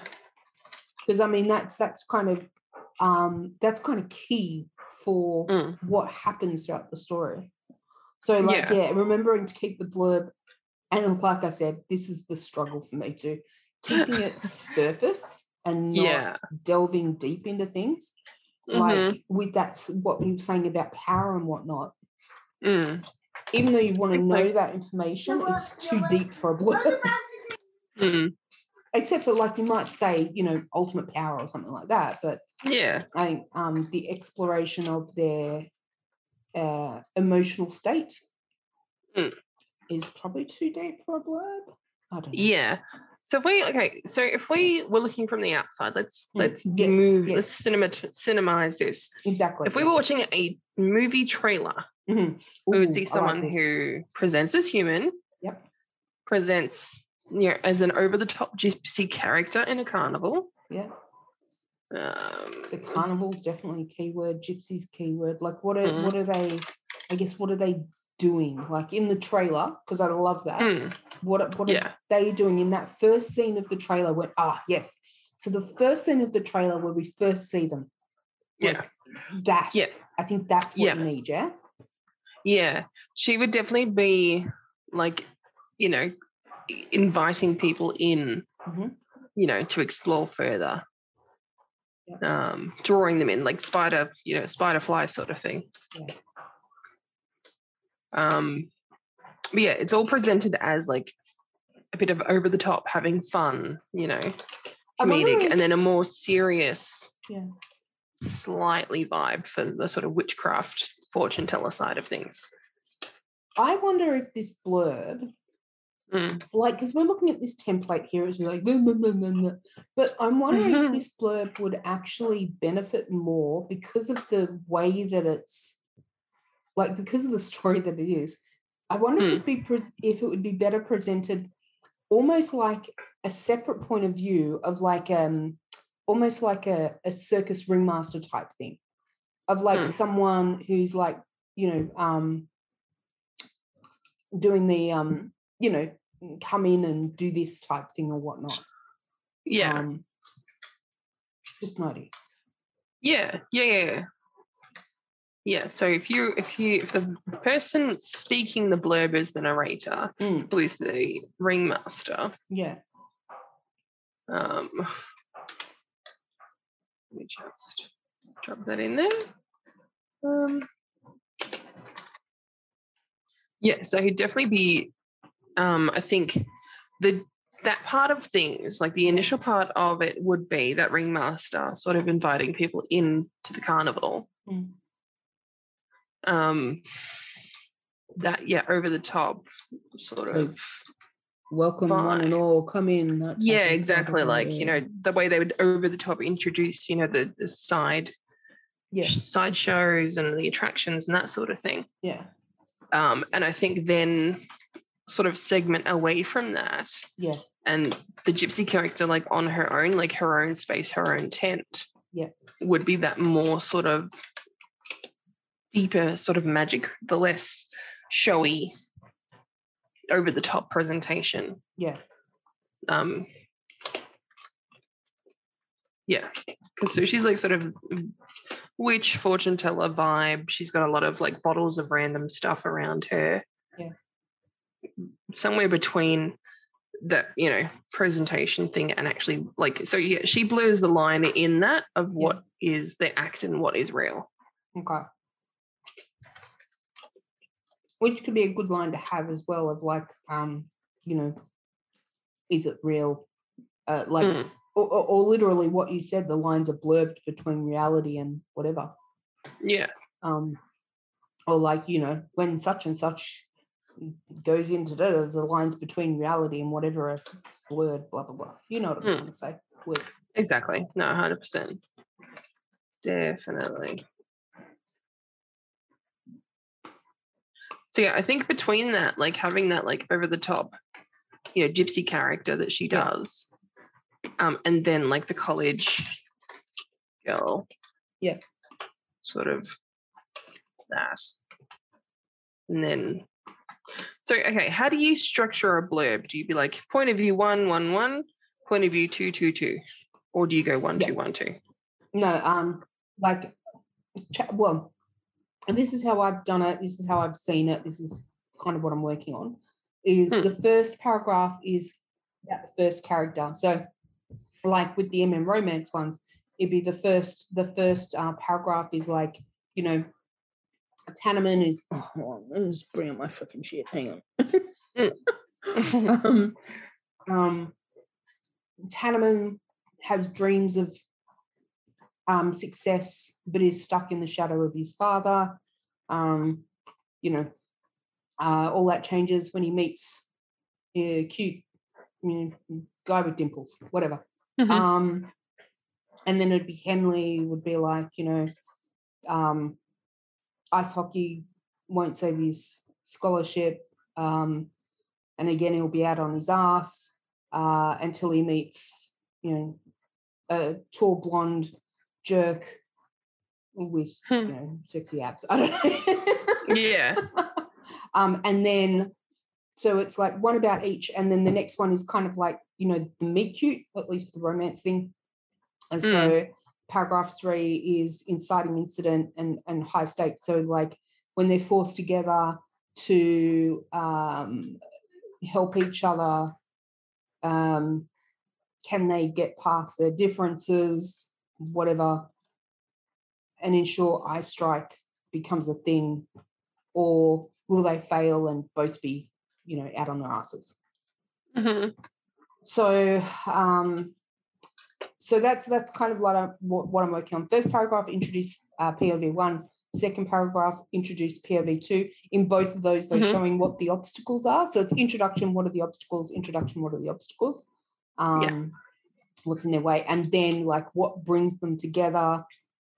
because i mean that's that's kind of um that's kind of key for
Mm.
what happens throughout the story so like yeah.
Yeah.
remembering to keep the blurb and like i said this is the struggle for me too keeping it surface and not
Yeah.
delving deep into things
Mhm.
like with that's what we were saying about power and whatnot
Mm.
even though you want to
It's
know
like-
that information, it's too deep for a
What
blurb.
about the
Hmm.
Except for like you might say, you know, ultimate power or something like that. But
Yeah.
I think um, the exploration of their uh, emotional state
Mm.
is probably too deep for a blurb. I don't know.
Yeah. So if we okay, so if we were looking from the outside, let's
Mm,
let's
yes,
move,
yes.
let's cinema cinemize this.
exactly.
If we were watching a movie trailer,
Mhm.
we would
Ooh,
see
I like
someone
this.
who presents as human,
Yep.
presents you know, as an over-the-top gypsy character in a carnival.
Yeah.
Um,
So carnival's definitely a keyword. Gypsy's keyword. Like what are
Mhm.
what are they? I guess what are they doing? Like in the trailer, because I love that.
mm,
What are- what are
yeah.
they doing in that first scene of the trailer? Where ah yes, so the first scene of the trailer where we first see them.
Yeah.
That
Yeah.
I think that's what
Yeah.
you need. Yeah.
Yeah, she would definitely be like, you know, i- inviting people in,
Mhm.
you know, to explore further,
Yep.
um, drawing them in, like spider, you know, spider fly sort of thing.
Yeah.
Um, but yeah, it's all presented as like a bit of over the top, having fun, you know,
I wonder
comedic,
if-
and then a more serious,
Yeah.
slightly vibe for the sort of witchcraft fortune teller side of things.
I wonder if this blurb,
Mm.
like, because we're looking at this template here, it's like, "Blah, blah, blah, blah, blah." but I'm wondering if
Mhm.
this blurb would actually benefit more because of the way that it's, like, because of the story that it is. I wonder if
Mm.
it'd be pres if it would be better presented, almost like a separate point of view of like um, almost like a, a circus ringmaster type thing, of like
Mm.
someone who's like you know um, doing the um, you know mm, come in and do this type thing or whatnot.
Yeah.
Um, just an idea.
Yeah, yeah, yeah, yeah. Yeah. So if you if you if the person speaking the blurb is the narrator,
Mm.
who is the ringmaster,
Yeah.
um let me just drop that in there. Um yeah, so he'd definitely be um I think the that part of things, like the initial part of it would be that ringmaster sort of inviting people in to the carnival.
Mm.
Um that yeah, over the top sort
Like,
of
Welcome one
Fine.
and all. Come in. that type
yeah
of-
exactly like you know the way they would over the top introduce you know the, the side
Yeah.
side shows and the attractions and that sort of thing
Yeah.
um and i think then sort of segment away from that
Yeah.
and the gypsy character like on her own like her own space her own tent
Yeah.
would be that more sort of deeper sort of magic the less showy over the top presentation
Yeah.
um yeah because so she's like sort of witch fortune teller vibe she's got a lot of like bottles of random stuff around her
Yeah.
somewhere between that you know presentation thing and actually like so yeah she blurs the line in that of what is the act and what is real
Okay. Which could be a good line to have as well of like, um, you know, is it real? Uh, like,
Mm.
or, or, or literally what you said, the lines are blurbed between reality and whatever.
yeah
Um, or like, you know, when such and such goes into the, the lines between reality and whatever are blurred, blah, blah, blah. You know what I'm
Mm.
trying to say. Words.
exactly no 100% definitely so yeah i think between that like having that like over the top you know gypsy character that she
Yeah.
does um and then like the college girl
Yeah.
sort of that and then so okay how do you structure a blurb do you be like point of view one one one point of view two two two or do you go one
Yeah.
two one two
No, um, like, cha- well, and this is how I've done it. This is how I've seen it. This is kind of what I'm working on. Is
Hmm.
the first paragraph is about the first character. So, like with the MM romance ones, it'd be the first. The first uh, paragraph is like you know, Tannerman is. Oh, hold on, let's bring up my fucking shit. Hang on. um, um, Tannerman has dreams of um, success, but is stuck in the shadow of his father. Um, you know, uh, all that changes when he meets a cute you know, guy with dimples, whatever.
Mhm.
Um, and then it'd be Henley would be like, you know, um, ice hockey won't save his scholarship. Um, and again, he'll be out on his ass uh, until he meets, you know, a tall blonde jerk with
Hmm.
you know, sexy abs. I don't know.
yeah.
um, and then so it's like one about each, and then the next one is kind of like you know the meet cute, at least the romance thing. And so paragraph three is inciting incident and and high stakes. So like when they're forced together to um, help each other, um, can they get past their differences, whatever, and ensure eye strike becomes a thing or will they fail and both be, you know, out on their asses?
Mhm.
So, um, so that's that's kind of like I'm- what, what I'm working on. First paragraph introduce uh, POV one. Second paragraph introduce POV two. In both of those, they're
Mhm.
showing what the obstacles are. So it's introduction. What are the obstacles? Introduction. What are the obstacles? Um,
Yeah.
What's in their way? And then like what brings them together,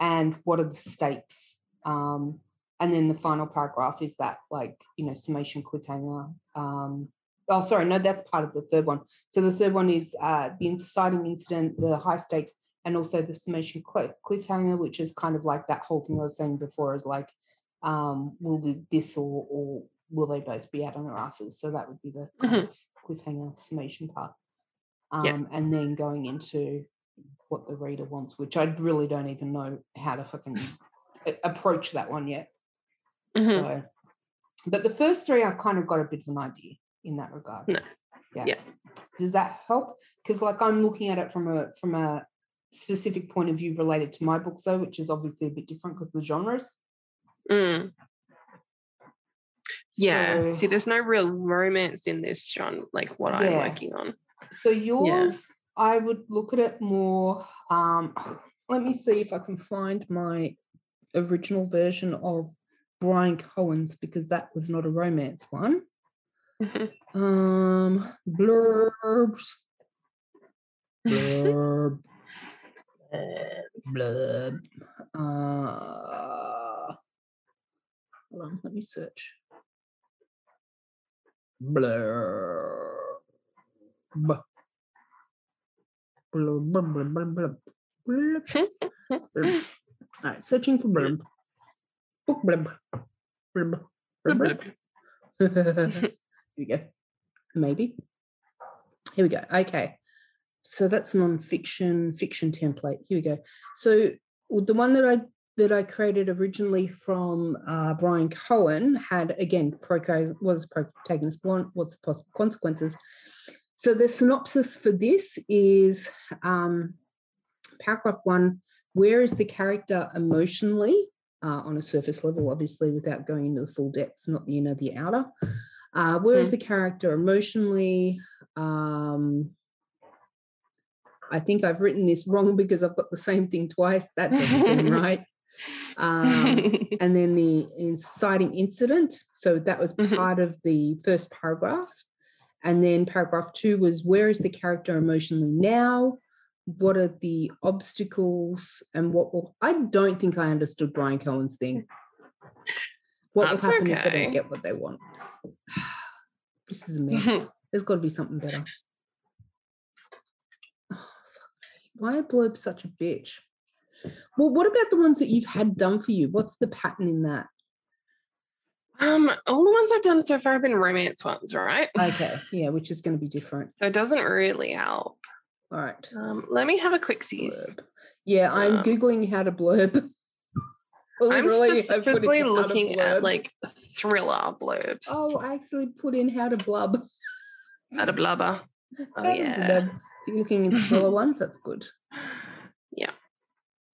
and what are the stakes? Um, and then the final paragraph is that like you know summation cliffhanger. Um, oh, sorry, no, that's part of the third one. So the third one is uh, the inciting incident, the high stakes, and also the summation cl- cliffhanger, which is kind of like that whole thing I was saying before is like, um, will the, this or, or will they both be out on their asses? So that would be the kind of cliffhanger summation part. Um,
Yeah.
And then going into what the reader wants, which I really don't even know how to fucking a- approach that one yet.
Mhm.
So, but the first three, I kind of got a bit of an idea in that regard.
No.
Yeah.
Yeah.
Does that help? Because like I'm looking at it from a from a specific point of view related to my book, so which is obviously a bit different because the genres.
Mm. Yeah.
So,
See, there's no real romance in this, John, like what I'm
Yeah.
working on.
so yours, I would look at it more. Um, let me see if I can find my original version of Brian Cohen's because that was not a romance one.
Mhm.
Um, blurbs. Blurb. Blurb. Uh, hold on, let me search. Blurb. Blurb. Blurb. Blurb. Blurb. Blurb. blurb. All right, searching for blurb. Book blurb. Blurb. Blurb. blurb. Here we go. Maybe. Here we go. Okay. So that's non-fiction fiction template. Here we go. So the one that I that I created originally from uh, Brian Cohen had again proco was protagonist one. What's the possible consequences? So the synopsis for this is um, paragraph one. Where is the character emotionally uh, on a surface level? Obviously, without going into the full depths, not the inner, the outer. Uh, where is
Mm.
the character emotionally? Um, I think I've written this wrong because I've got the same thing twice. That doesn't seem right. Um, and then the inciting incident. So that was
Mhm.
part of the first paragraph. And then paragraph two was where is the character emotionally now? What are the obstacles? And what will I don't think I understood Brian Cohen's thing. What
That's
will happen if they
okay.
don't get what they want? This is a mess. There's got to be something better. Oh, fuck me. Why are blurbs such a bitch? Well, what about the ones that you've had done for you? What's the pattern in that?
um, all the ones I've done so far have been romance ones, right?
Okay, yeah, which is going to be different.
So it doesn't really help.
All right.
Um, let me have a quick seize.
Blurb. Yeah, I'm
Um,
googling how to blurb.
I'm
Literally, I put in
specifically
how to
looking
blurb.
at like thriller blurbs.
Oh, I actually put in how to blub.
At a blubber. Oh
How to
yeah.
blub. So you're looking into smaller ones. That's good.
Yeah.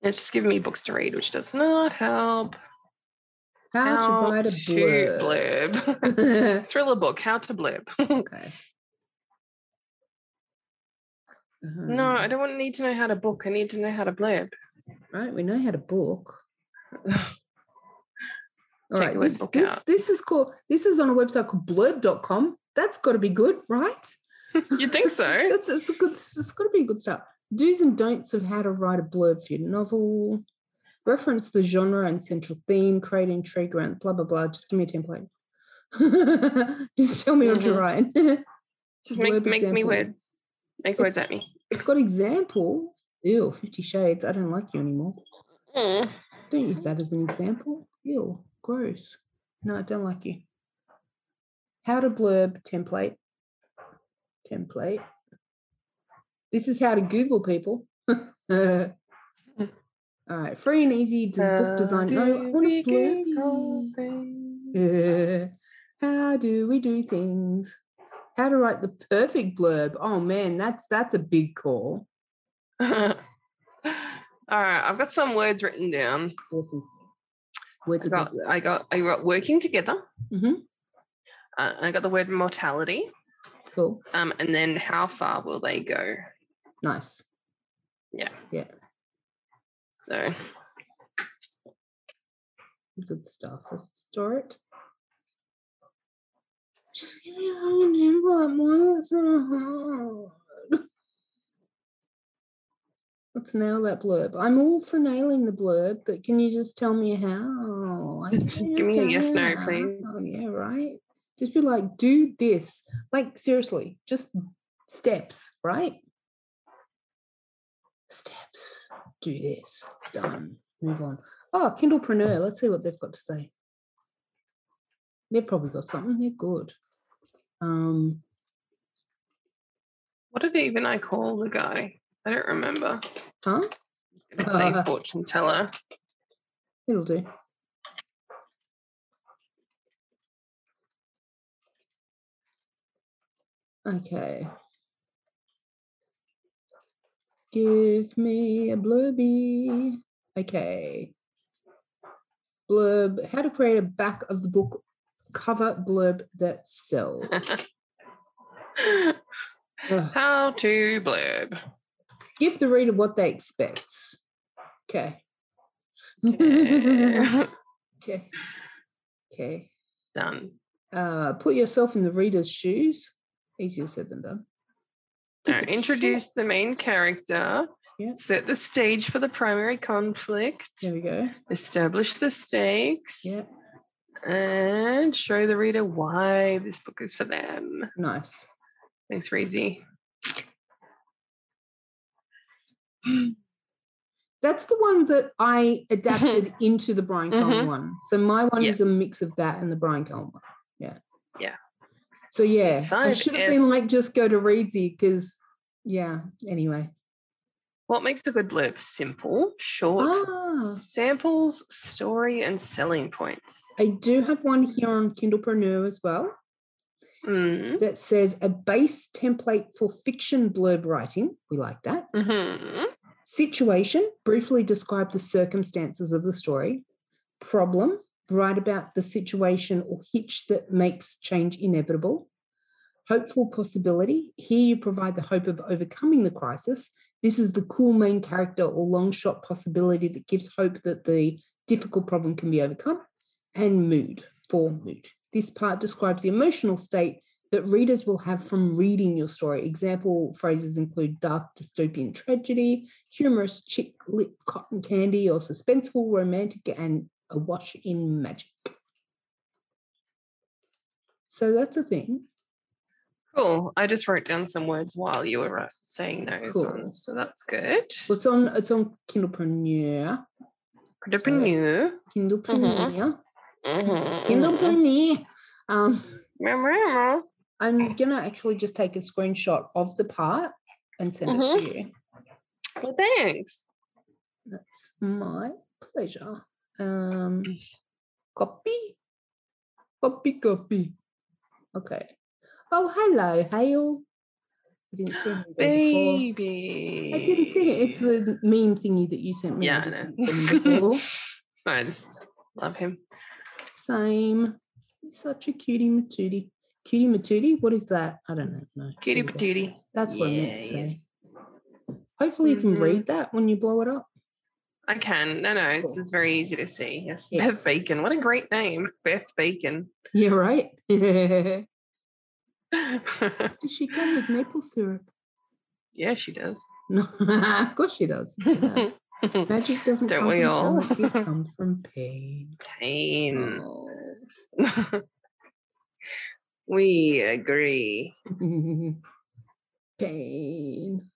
It's just giving me books to read, which does not help.
How, to write a
to
blurb.
blurb. Thriller book, how to blurb.
okay.
no, I
Um,
don't want need to know how to book. I need to know how to blurb.
Right, we know how to book. All
Check
right,
the
this
book
this
out.
this is called this is on a website called blurb.com. That's got to be good, right?
You think so?
That's it's a good. It's got to be good stuff. Do's and don'ts of how to write a blurb for your novel. Reference the genre and central theme. Create intrigue around blah blah blah. Just give me a template. Just tell me what to
Mhm.
write.
Just make
blurb
make me
example.
words. Make words at me.
it's got example. Ew, Fifty Shades. I don't like you anymore. Don't use that as an example. Ew, gross. No, I don't like you. How to blurb template. Template. This is how to Google people. All right, free and easy. Does
Uh,
book design? No, I want to blurb. Yeah. How do we do things? How to write the perfect blurb? Oh man, that's that's a big call.
All right, I've got some words written down.
Awesome. Words
I
of
got, I got, I got working together.
Mhm.
Uh, I got the word mortality,
cool.
um, and then how far will they go?
Nice.
So
Good stuff. Let's start. Just give me a little template, more. That's not hard. Let's nail that blurb. I'm all for nailing the blurb, but can you just tell me how? I
Just-
can
just
you
give me a
tell
yes, no,
how?
please.
Yeah, right. Just be like, do this. Like seriously, just steps, right? Steps. Do this. Done. Move on. Oh, Kindlepreneur. Let's see what they've got to say. They've probably got something. They're good. Um,
what did even I call the guy? I don't remember. I'm
huh?
just gonna
Uh.
say fortune teller.
It'll do. Okay. Give me a blurby. Okay. Blurb. How to create a back of the book cover blurb that sells. Ugh.
how to blurb.
Give the reader what they expect. Okay.
Yeah.
okay. Okay.
Done.
Uh, put yourself in the reader's shoes. Easier said than done.
All right, introduce the main character.
Yep.
Set the stage for the primary conflict.
There we go.
Establish the stakes.
Yeah,
And show the reader why this book is for them.
nice.
Thanks, Reedsy.
That's the one that I adapted into the Brian Cullen
Mhm.
one. So my one
Yeah.
is a mix of that and the Brian Cullen one. Yeah.
Yeah.
So yeah, I
Five
should have been like
S.
just go to Reedsy because yeah. Anyway.
What makes a good blurb? Simple, short,
Ah,
samples, story, and selling points.
I do have one here on Kindlepreneur as well
Mm.
that says a base template for fiction blurb writing. We like that.
hmm
Situation, briefly describe the circumstances of the story. Problem, write about the situation or hitch that makes change inevitable. Hopeful possibility, here you provide the hope of overcoming the crisis. This is the cool main character or long shot possibility that gives hope that the difficult problem can be overcome. And mood, for mood. This part describes the emotional state that readers will have from reading your story. Example phrases include dark dystopian tragedy, humorous chick lit cotton candy, or suspenseful romantic and a wash in magic. So that's a thing.
Cool. I just wrote down some words while you were uh, saying those
Cool.
ones. So that's good.
Well, it's on it's on Kindlepreneur.
Entrepreneur.
Kindlepreneur.
Mm-hmm.
Kindlepreneur. Um,
Mm-hmm.
I'm gonna actually just take a screenshot of the part and send it to you.
Well, thanks.
That's my pleasure. Um, copy, copy, copy. Okay. Oh, hello, Hale. I didn't see him there
Baby.
before. I didn't see it. It's the meme thingy that you sent me. I
Yeah,
just
I
didn't see him
know.
before.
I just love him.
Same. He's such a cutie matootie. Cutie matootie? What is that? I don't know. No.
Cutie
There you go.
patootie.
That's what I meant to
Yeah,
say.
yes.
Hopefully you can
Mhm.
read that when you blow it up.
I can. No, no, it's,
Cool.
it's very easy to see. Yes,
Yes,
Beth Bacon. What a great name, Beth Bacon.
Yeah, right. Does
yeah,
she come with maple syrup?
she does.
No, of course she does. Yeah. Magic doesn't
Don't
come
we
from
all?
talent, it comes from pain.
Pain.
Oh. Mm.
we agree.
pain.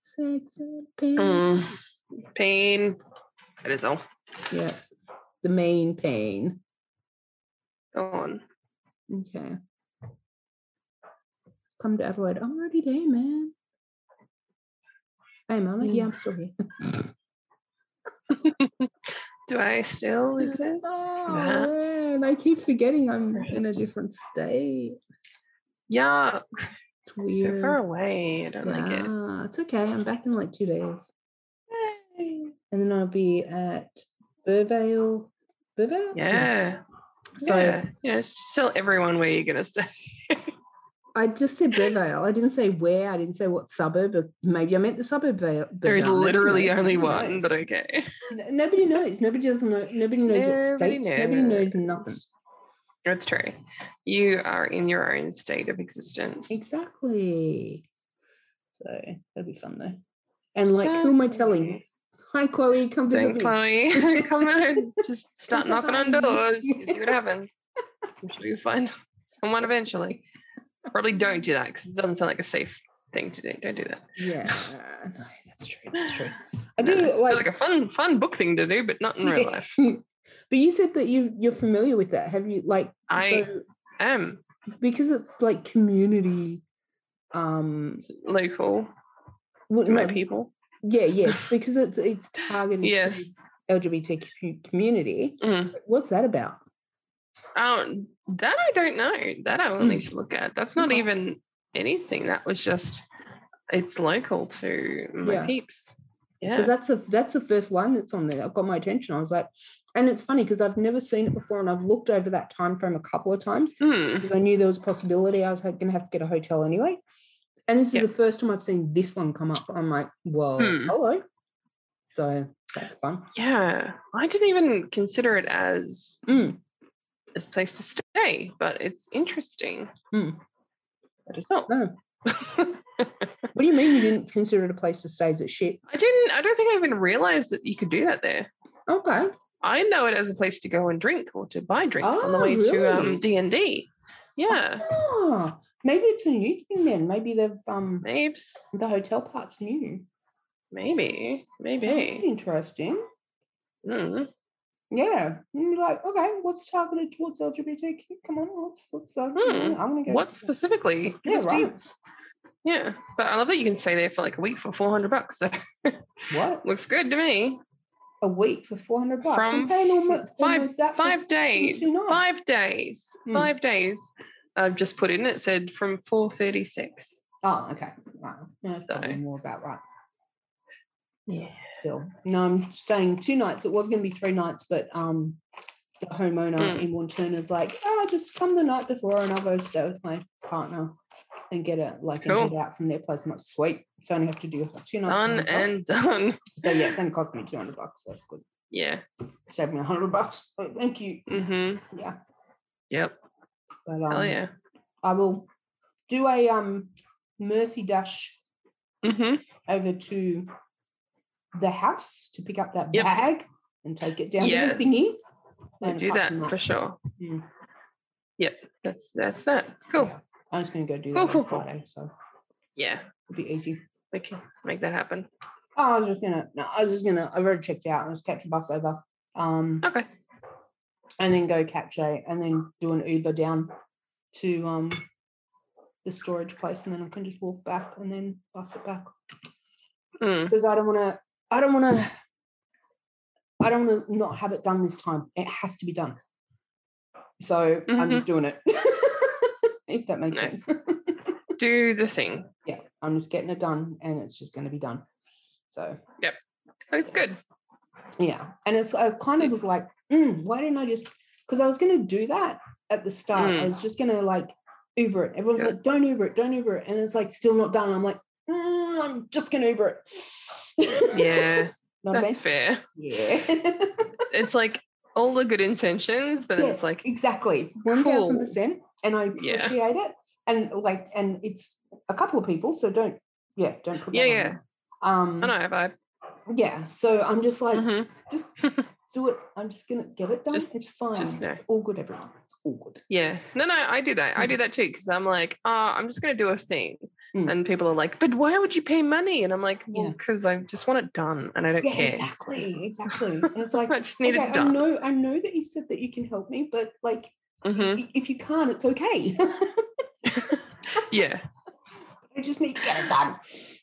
Sex and pain.
Mm, pain. That is all.
Yeah, the main pain.
Go on.
Okay. Come to Adelaide. I'm already there, man. Hey, Mama.
Mm.
Yeah, I'm still here.
Do I still exist?
Oh,
Perhaps.
man. I keep forgetting I'm in a
Perhaps.
different state.
Yeah,
It's
I'm
weird.
so far away. I don't like it.
yeah, it's okay. I'm back in like two days.
Yay.
And then I'll be at Burvale. Burvale?
Yeah.
So
yeah. You know, just tell everyone where you're going to stay.
I just said Burvale. I didn't say where. I didn't say what suburb. Or maybe I meant the suburb. Bur-
There is
Burvale. Nobody
literally
knows,
only
nobody
one,
knows.
but okay.
N- nobody knows. Nobody doesn't know. Nobody knows what
Nobody
state. Nobody knows nothing.
It's- That's true. You are in your own state of existence.
Exactly. So that'll be fun though. And like, who am I telling? Hi, Chloe. Come
Thank
visit me.
Chloe. Come on, just start
Come
knocking on
survive.
doors. See what happens. I'm sure you'll find someone eventually. Probably don't do that because it doesn't sound like a safe thing to do. Don't do that.
Yeah. No, that's true. That's true. I
No,
do
sounds
like,
like a fun, fun book thing to do, but not in real life.
but you said that you you're familiar with that. Have you like
I
so
am
because it's like community um
local
well,
to my
no,
people.
yeah yes because it's it's targeted to
Yes.
lgbtq community
Mm.
what's that about
Oh, that I don't know. That I will
Mm.
need to look at. That's not
Okay.
even anything. That was just it's local to my
Yeah.
peeps. Yeah.
because that's the that's the first line that's on there. That got my attention. I was like, and it's funny because I've never seen it before, and I've looked over that time frame a couple of times
Mm.
because I knew there was a possibility I was going to have to get a hotel anyway. And this is
Yeah.
the first time I've seen this one come up. I'm like, well,
Hmm.
hello. So that's fun.
Yeah. I didn't even consider it as
Mm.
as a place to stay, but it's interesting.
Mm.
That is all.
No,
I
what do you mean you didn't consider it a place to stay? Is it shit?
didn't I don't think I even realized that you could do that there.
Okay.
I know it as a place to go and drink or to buy drinks on the
Oh,
way to
really?
um D and D. Yeah.
Ah, maybe it's a new thing then. Maybe they've um
Maybe.
the hotel part's new.
Maybe.
That's
Maybe.
Interesting.
Mm.
Yeah, and be like, okay, what's targeted towards LGBTQ? Come on, let's let's. Uh,
Hmm,
I'm gonna go.
What specifically? Give
Yeah,
us
right.
dates. Yeah, but I love that you can stay there for like a week for four hundred bucks. That
What
looks good to me.
a week for four hundred bucks?
From
I'm paying almo-
f- five-
almost that for
Five
fucking
days.
two nights.
Five days.
Hmm.
Five days. I've just put in. It said from four thirty-six.
Oh, okay. Right. No, it's
So-
probably more about right.
Yeah.
Still, no, I'm staying two nights. It was gonna be three nights, but um, the homeowner
Mm.
in Warturna's like, oh, just come the night before, and I'll go stay with my partner and get it like and
Cool.
get out from their place. I'm like, sweet. So I only have to do two nights. in
Done
the hotel.
and done.
so yeah, it's only cost me two hundred bucks. So that's good.
Yeah.
saved me a hundred bucks. Like, thank you.
Mm-hmm.
Yeah.
Yep.
But um,
Hell yeah.
I will do a um mercy dash
Mm-hmm.
over to the house to pick up that
Yep.
bag and take it down
Yes.
to the thingy.
We'll
and
do
apart from
that for sure.
Mm.
Yep. That's that's that. Cool.
Yeah. I'm just gonna go do that
Cool,
on
cool, cool.
Friday, so
Yeah.
it'll be easy.
We can make that happen.
Oh, I was just gonna no, I was just gonna I've already checked out and just catch a bus over. Um
Okay.
and then go catch a and then do an Uber down to um the storage place and then I can just walk back and then bus it back.
Mm.
because I don't want to. I don't want to. I don't want to not have it done this time. It has to be done. So I'm
Mhm.
just doing it. if that makes
Nice.
sense.
Do the thing.
yeah, I'm just getting it done, and it's just going to be done. So
That's Oh, good.
yeah, and it's I kind of was like, mm, why didn't I just because I was going to do that at the start. I
Mm.
was just going to like Uber it. Everyone's
Yeah.
like, don't Uber it, don't Uber it. And it's like, still not done. I'm like, "Mm, I'm just going to Uber it.
Yeah,
Not a
that's
bad-
fair.
Yeah.
It's like all the good intentions, but then it's like,
exactly 1000% and I
Yeah.
appreciate it. And like, and it's a couple of people. So don't, yeah, don't put
Yeah,
that on
yeah.
there. Um,
I know if I
yeah. So I'm just like,
mhm,
just do it. I'm just gonna get it done.
Just-
it's fine.
just no.
It's all good, everyone. It's all good.
yeah. No, no, I do that. I do that too because I'm like, oh, I'm just gonna do a thing,
Mm.
and people are like, but why would you pay money? And I'm like, well,
Yeah.
because I just want it done, and I don't
Yeah,
care.
exactly, exactly. And it's like,
I just need
okay,
it
I
done.
know, I know that you said that you can help me, but like,
Mhm.
i- if you can't, it's okay.
Yeah,
I just need to get it done.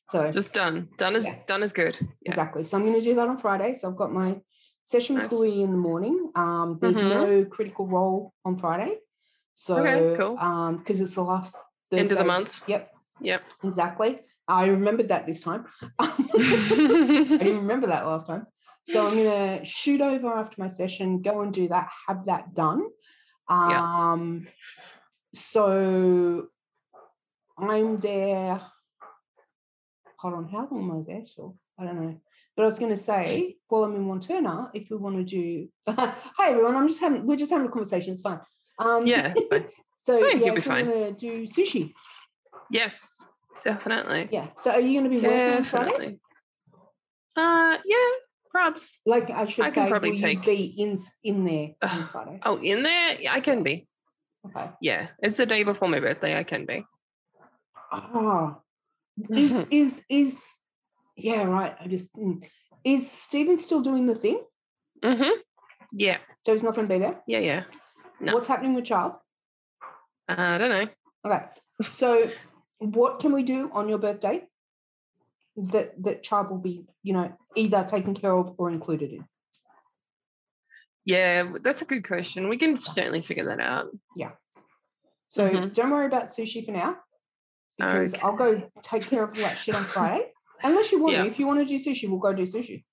So
just done. Done is
Yeah.
done is good. Yeah.
exactly. So I'm going to do that on Friday. So I've got my session with
Nice.
Louis in the morning. Um, there's
Mhm.
no critical role on Friday, so
Okay, cool.
um, because it's the last Thursday.
End of the month.
Yep,
Yep.
exactly. I remembered that this time. I didn't remember that last time. So I'm gonna shoot over after my session, go and do that, have that done.
Yeah.
Um so I'm there. Hold on, how long am I there till? I don't know. But I was gonna say, while I'm in Montana, if we want to do hi everyone, I'm just having we're just having a conversation, it's fine. Um
yeah. it's fine.
so
fine,
yeah,
you'll be
if we
fine.
wanna do sushi.
Yes, definitely.
Yeah. So are you gonna be working on Friday?
Definitely. Uh, yeah, props.
Like I should
I
say,
can probably
will
take-
you be in in there on
Ugh.
Friday?
Oh, in there, Yeah, I can be.
Okay.
Yeah, it's the day before my birthday. I can be.
Ah, is is is yeah right. I just mm. is Stephen still doing the thing?
Mm-hmm. Yeah,
So he's not going to be there.
yeah, yeah. No.
What's happening with child?
I don't know.
Okay. So what can we do on your birthday that that child will be you know either taken care of or included in?
Yeah, that's a good question. We can certainly figure that out.
So
Mhm.
don't worry about sushi for now because I'll go take care of all that shit on Friday. Unless you want
Yeah.
to, if you want to do sushi, we'll go do sushi.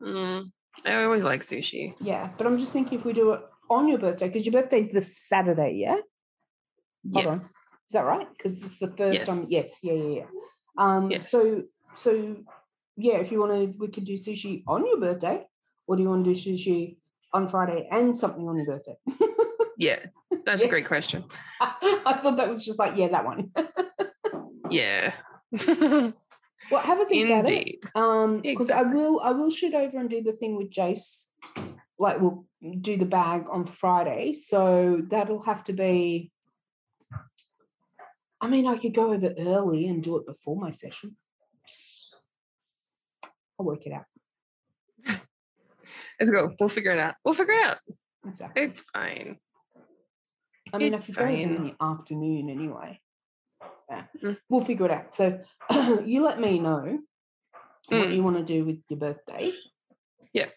Mm, I always like sushi.
Yeah, but I'm just thinking if we do it on your birthday, because your birthday's the Saturday, yeah? Is Hold on.
yes.
that right? Because it's the first time.
Yes.
Yes, yeah, yeah, yeah. Um,
Yes.
So, so yeah, if you want to, we could do sushi on your birthday, or do you want to do sushi on Friday and something on your birthday?
Yeah, that's
Yeah.
a great question.
I thought that was just like, yeah, that one.
Yeah.
Well, have a think about it.
Indeed.
Um, because I
Exactly.
will, I will shoot over and do the thing with Jace. Like we'll do the bag on Friday, so that'll have to be. I mean, I could go over early and do it before my session. I'll work it out.
Let's go. We'll figure it out. We'll figure it out.
Exactly.
It's fine.
I mean, I
it's
could go over in
fine.
the afternoon anyway. Yeah,
Mm.
We'll figure it out. So you let me know what
Mm.
you want to do with your birthday.
Yep.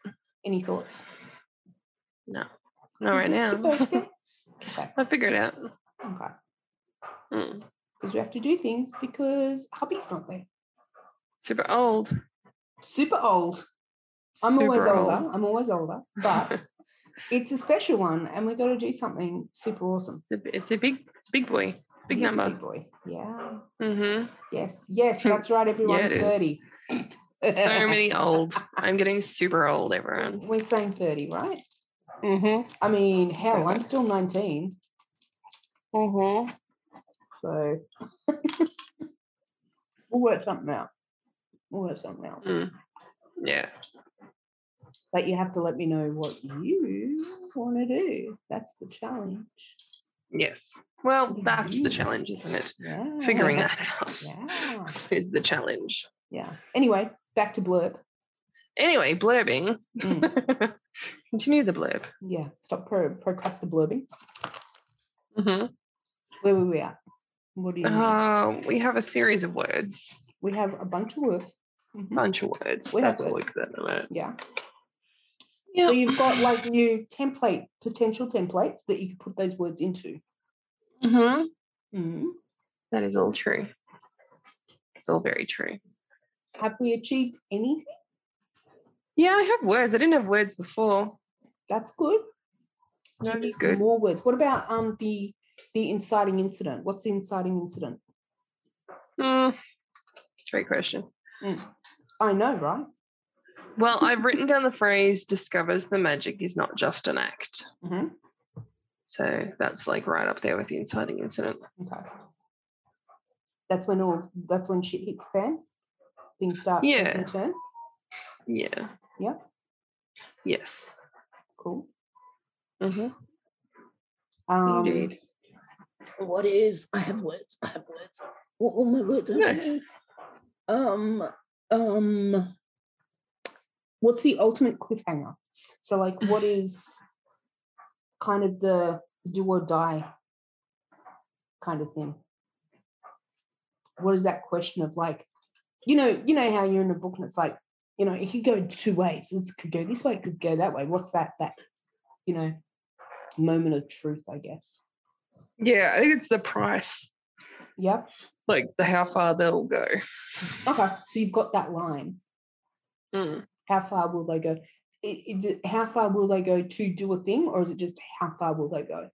Any thoughts?
No, not right
Is it your
now.
birthday? okay.
I'll figure it out.
Okay.
Mm,
because we have to do things because hubby's not there.
Super old.
Super old. I'm always
Super
older.
old.
I'm always older, but it's a special one, and we got to do something super awesome.
it's, a, it's a big, it's a big boy. Big
Yes,
number.
big boy. Yeah.
hmm
Yes. Yes. That's right, everyone.
it is.
Thirty.
So many old. I'm getting super old, everyone.
We're saying thirty, right?
Mm-hmm.
I mean, hell, I'm still nineteen,
Mm-hmm.
so we'll work something out. We'll work something out.
Yeah.
But you have to let me know what you want to do. That's the challenge.
Yes. Well,
Yeah.
that's the challenge, isn't it?
Yeah.
Figuring that out
Yeah.
is the challenge.
Yeah. Anyway, back to blurb.
Anyway, blurbing.
Mm.
Continue the blurb.
Yeah. Stop pro procrastin blurbing.
hmm
Mm-hmm. Where were we at? What do you mean?
Uh, we have a series of words.
we have a bunch of words. Mhm.
bunch of words.
We have
That's all we
words.
could at
Yeah.
Yeah.
So you've got like new template, potential templates that you could put those words into.
mm-hmm.
Mhm.
That is all true. It's all very true.
Have we achieved anything?
Yeah, I have words. I didn't have words before.
That's good.
No, it's good.
More words. What about um the the inciting incident? What's the inciting incident?
Mm, great question.
I know, right?
Well, I've written down the phrase discovers the magic is not just an act.
Mhm.
So that's like right up there with the inciting incident.
Okay. That's when all that's when shit hits the fan. Things start taking
Yeah.
a turn.
Yeah.
Yeah.
Yes.
Cool.
hmm
Um,
Indeed.
What is? I have words. I have words. What were my words? I don't
Nice.
know. Um. Um. What's the ultimate cliffhanger? So, like, what is kind of the do or die kind of thing? What is that question of like, you know, you know how you're in a book and it's like, you know, it could go two ways. It could go this way. It could go that way. What's that? That you know, moment of truth, I guess.
Yeah, I think it's the price,
Yep.
like the how far they'll go.
Okay, so you've got that line.
Mm.
How far will they go? It- it ju- how far will they go to do a thing, or is it just how far will they go?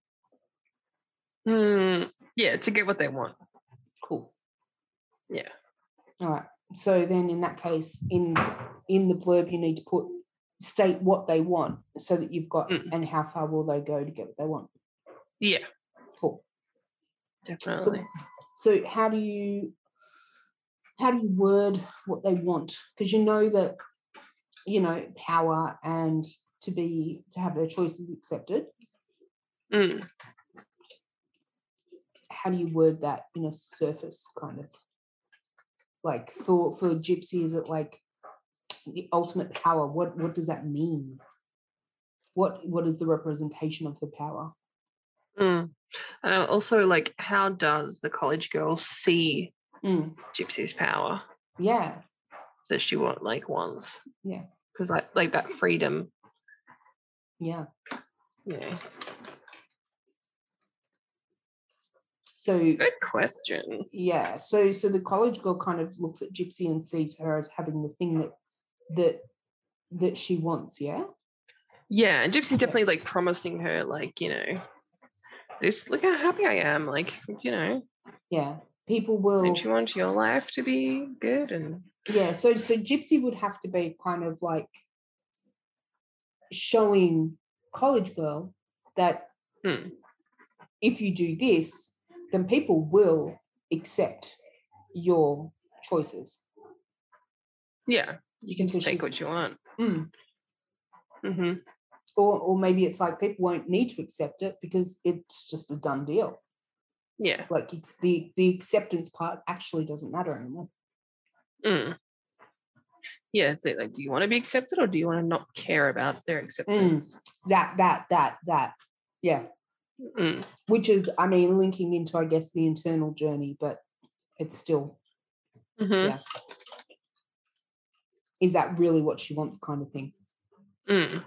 Mm, Yeah, to get what they want.
Cool.
Yeah.
All right. So then, in that case, in in the blurb, you need to put state what they want, so that you've got
Mm.
and how far will they go to get what they want.
Yeah,
Cool. So,
definitely.
so how do you how do you word what they want? Because you know that you know power and to be to have their choices accepted.
Mm.
how do you word that in a surface kind of like for for gypsy is it like the ultimate power what what does that mean what what is the representation of her power
Mm. And also, like, how does the college girl see
Mm,
Gypsy's power
yeah
that she want like wants?
Yeah.
because like like that freedom.
yeah
Yeah.
so
Good question.
yeah so so the college girl kind of looks at gypsy and sees her as having the thing that that that she wants yeah
Yeah, and Gypsy's definitely like promising her, like you know, this. Look how happy I am. Like you know,
yeah people will
don't you want your life to be good and
yeah so so gypsy would have to be kind of like showing college girl that
Hmm.
if you do this then people will accept your choices
yeah, you can just
Because
take
she's-
what you want. hmm
or or maybe it's like people won't need to accept it because it's just a done deal
Yeah.
like it's the the acceptance part actually doesn't matter anymore
Mm. Yeah, it's like, do you want to be accepted or do you want to not care about
Mm.
their acceptance?
that that that that yeah
Mm.
which is i mean linking into i guess the internal journey but it's still
Mhm.
is that really what she wants kind of thing
Mm.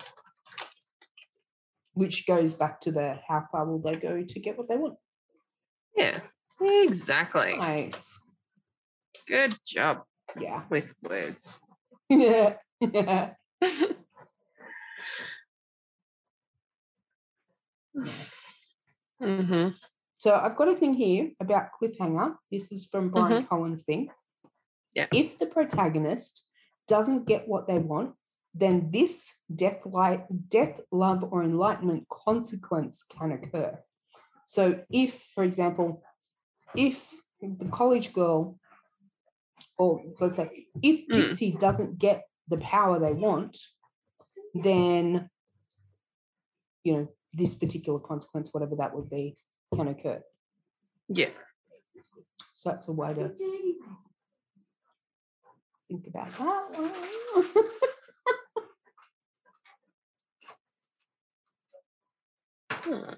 which goes back to the how far will they go to get what they want
Yeah, exactly.
nice
Good job
yeah
with words.
yeah yeah
hmm
so i've got a thing here about cliffhanger this is from brian cohen's thing
Mm-hmm. Yeah.
if the protagonist doesn't get what they want then this death light death love or enlightenment consequence can occur so if for example if the college girl or let's say if
Mm.
Gypsy doesn't get the power they want, then you know this particular consequence, whatever that would be, can occur.
Yeah.
So that's a way to think about that. one.
Mm.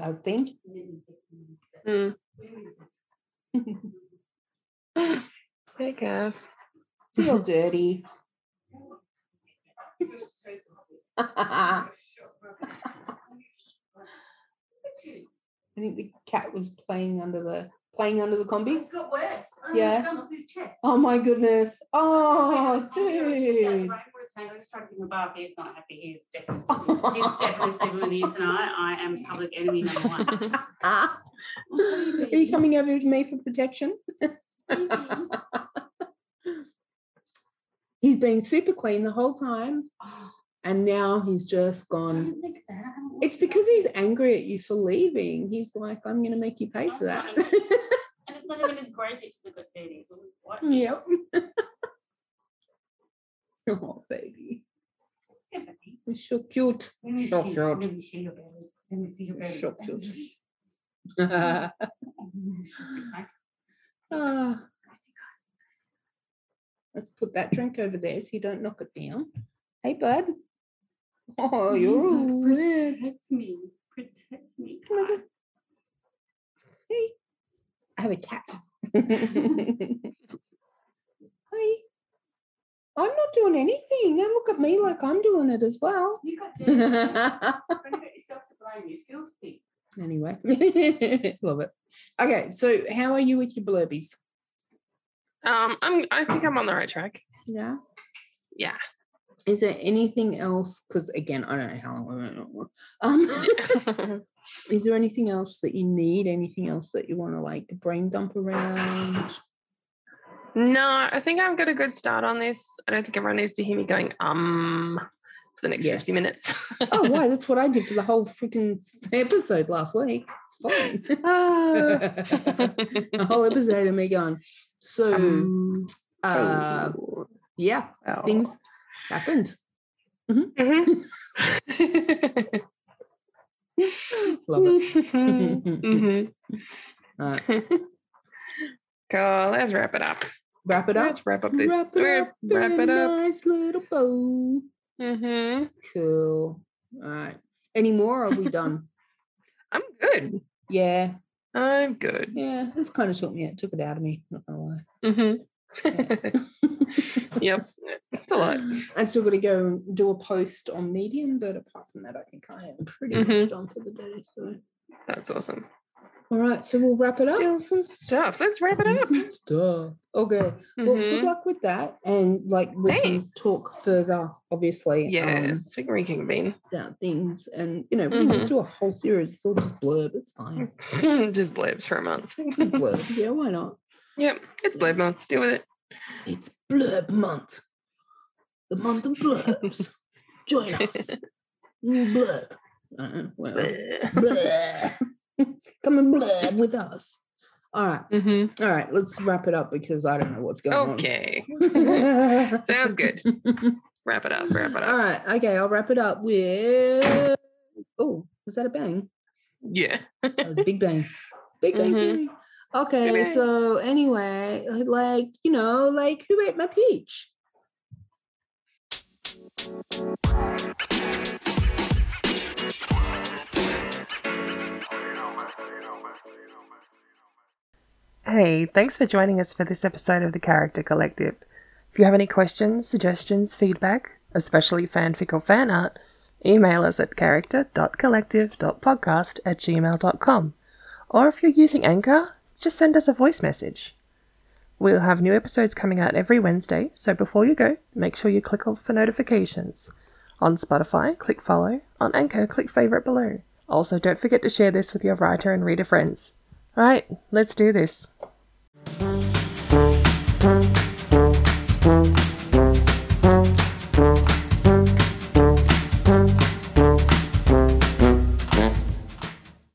I think.
Mm. Hey guys.
Feel dirty. I think the cat was playing under the playing under the combis?
It's got worse. Oh,
Yeah.
yeah. Someone loose chest.
Oh my goodness. Oh, dude.
I just tried to give him a bath. He's not happy. He's definitely sleeping. He's definitely sleeping with you tonight. I am public enemy number one.
Um,
Ah. Are you coming over to me for protection? He's been super clean the whole time,
Oh,
and now he's just gone.
don't think that. I haven't watched
It's because
that.
he's angry at you for leaving. He's like, I'm going to make you pay for that.
And it's not even his grey bits that got dirty. It's all his white
Yep.
bits.
oh, baby.
Yeah, baby.
It's so cute.
Let me
Shock
see-
yard.
Let me see your belly. Let me see your belly.
So cute. Ah. Let's put that drink over there so you don't knock it down. Hey, bud. Oh, you're all wet.
Protect me. Protect me.
Come on,
God.
Hey. I have a cat. Hi. I'm not doing anything. Now look at me like I'm doing it as well.
You got dirty. You've got yourself to blame. You filthy.
anyway, love it. Okay, so how are you with your blurbies?
Um, I'm, I think I'm on the right track.
Yeah.
Yeah.
Is there anything else? Because again, I don't know how long we're um, Is there anything else that you need? Anything else that you want to like brain dump around?
no, I think I've got a good start on this. I don't think everyone needs to hear me going, um, for the next
Yeah.
50 minutes.
Oh, wow, that's what I did for the whole freaking episode last week. It's fine.
Mm.
a whole episode of me going. So,
Um,
uh, yeah,
oh.
things happened.
Mhm.
Love it.
Mhm.
All right,
Cool, let's wrap it up.
wrap it up.
Let's wrap up this.
Wrap it up.
Wrap
in
it
a
up.
Nice little bow.
hmm
Cool. All right. Any more? Or are we done?
I'm good.
yeah.
I'm good.
Yeah. It's kind of took me. It took it out of me. Not gonna lie.
hmm
Mm-hmm.
yep. It's a lot.
I still got to go and do a post on Medium, but apart from that, I think I am pretty much
Mhm.
done for the day. So,
That's awesome.
all right. So we'll wrap it up.
Still some stuff. Let's wrap it up.
Duh. Okay. Well, good
Mhm.
luck with that, and like we can talk further, obviously. um,
Yes, we can reconvene.
about things, and you know, we can just do a whole series. It's all just blurb. It's fine.
Just blabs for a month.
blurb. Yeah, why not?
Yep, it's blab month. Deal with it.
It's blurb month. The month of blurbs. Join us. Mm, Blurb. Uh, well, blurb. Come and blurb with us. All right.
Mhm.
All right. Let's wrap it up because I don't know what's going
Okay.
on.
Sounds good. Wrap it up. Wrap it
All
up.
right. Okay. I'll wrap it up with. Oh, was that a bang?
Yeah.
That was a big bang. Big bang.
Mhm.
bang. Okay.
Big bang.
So, anyway, like, you know, like, who ate my peach?
Hey, thanks for joining us for this episode of the Character Collective. If you have any questions, suggestions, feedback, especially fanfic or fan art, email us at character.collective.podcast at gmail.com. Or if you're using Anchor, just send us a voice message. We'll have new episodes coming out every Wednesday, so before you go, make sure you click off for notifications. On Spotify, click follow. On Anchor, click favourite below. Also, don't forget to share this with your writer and reader friends. All right, let's do this.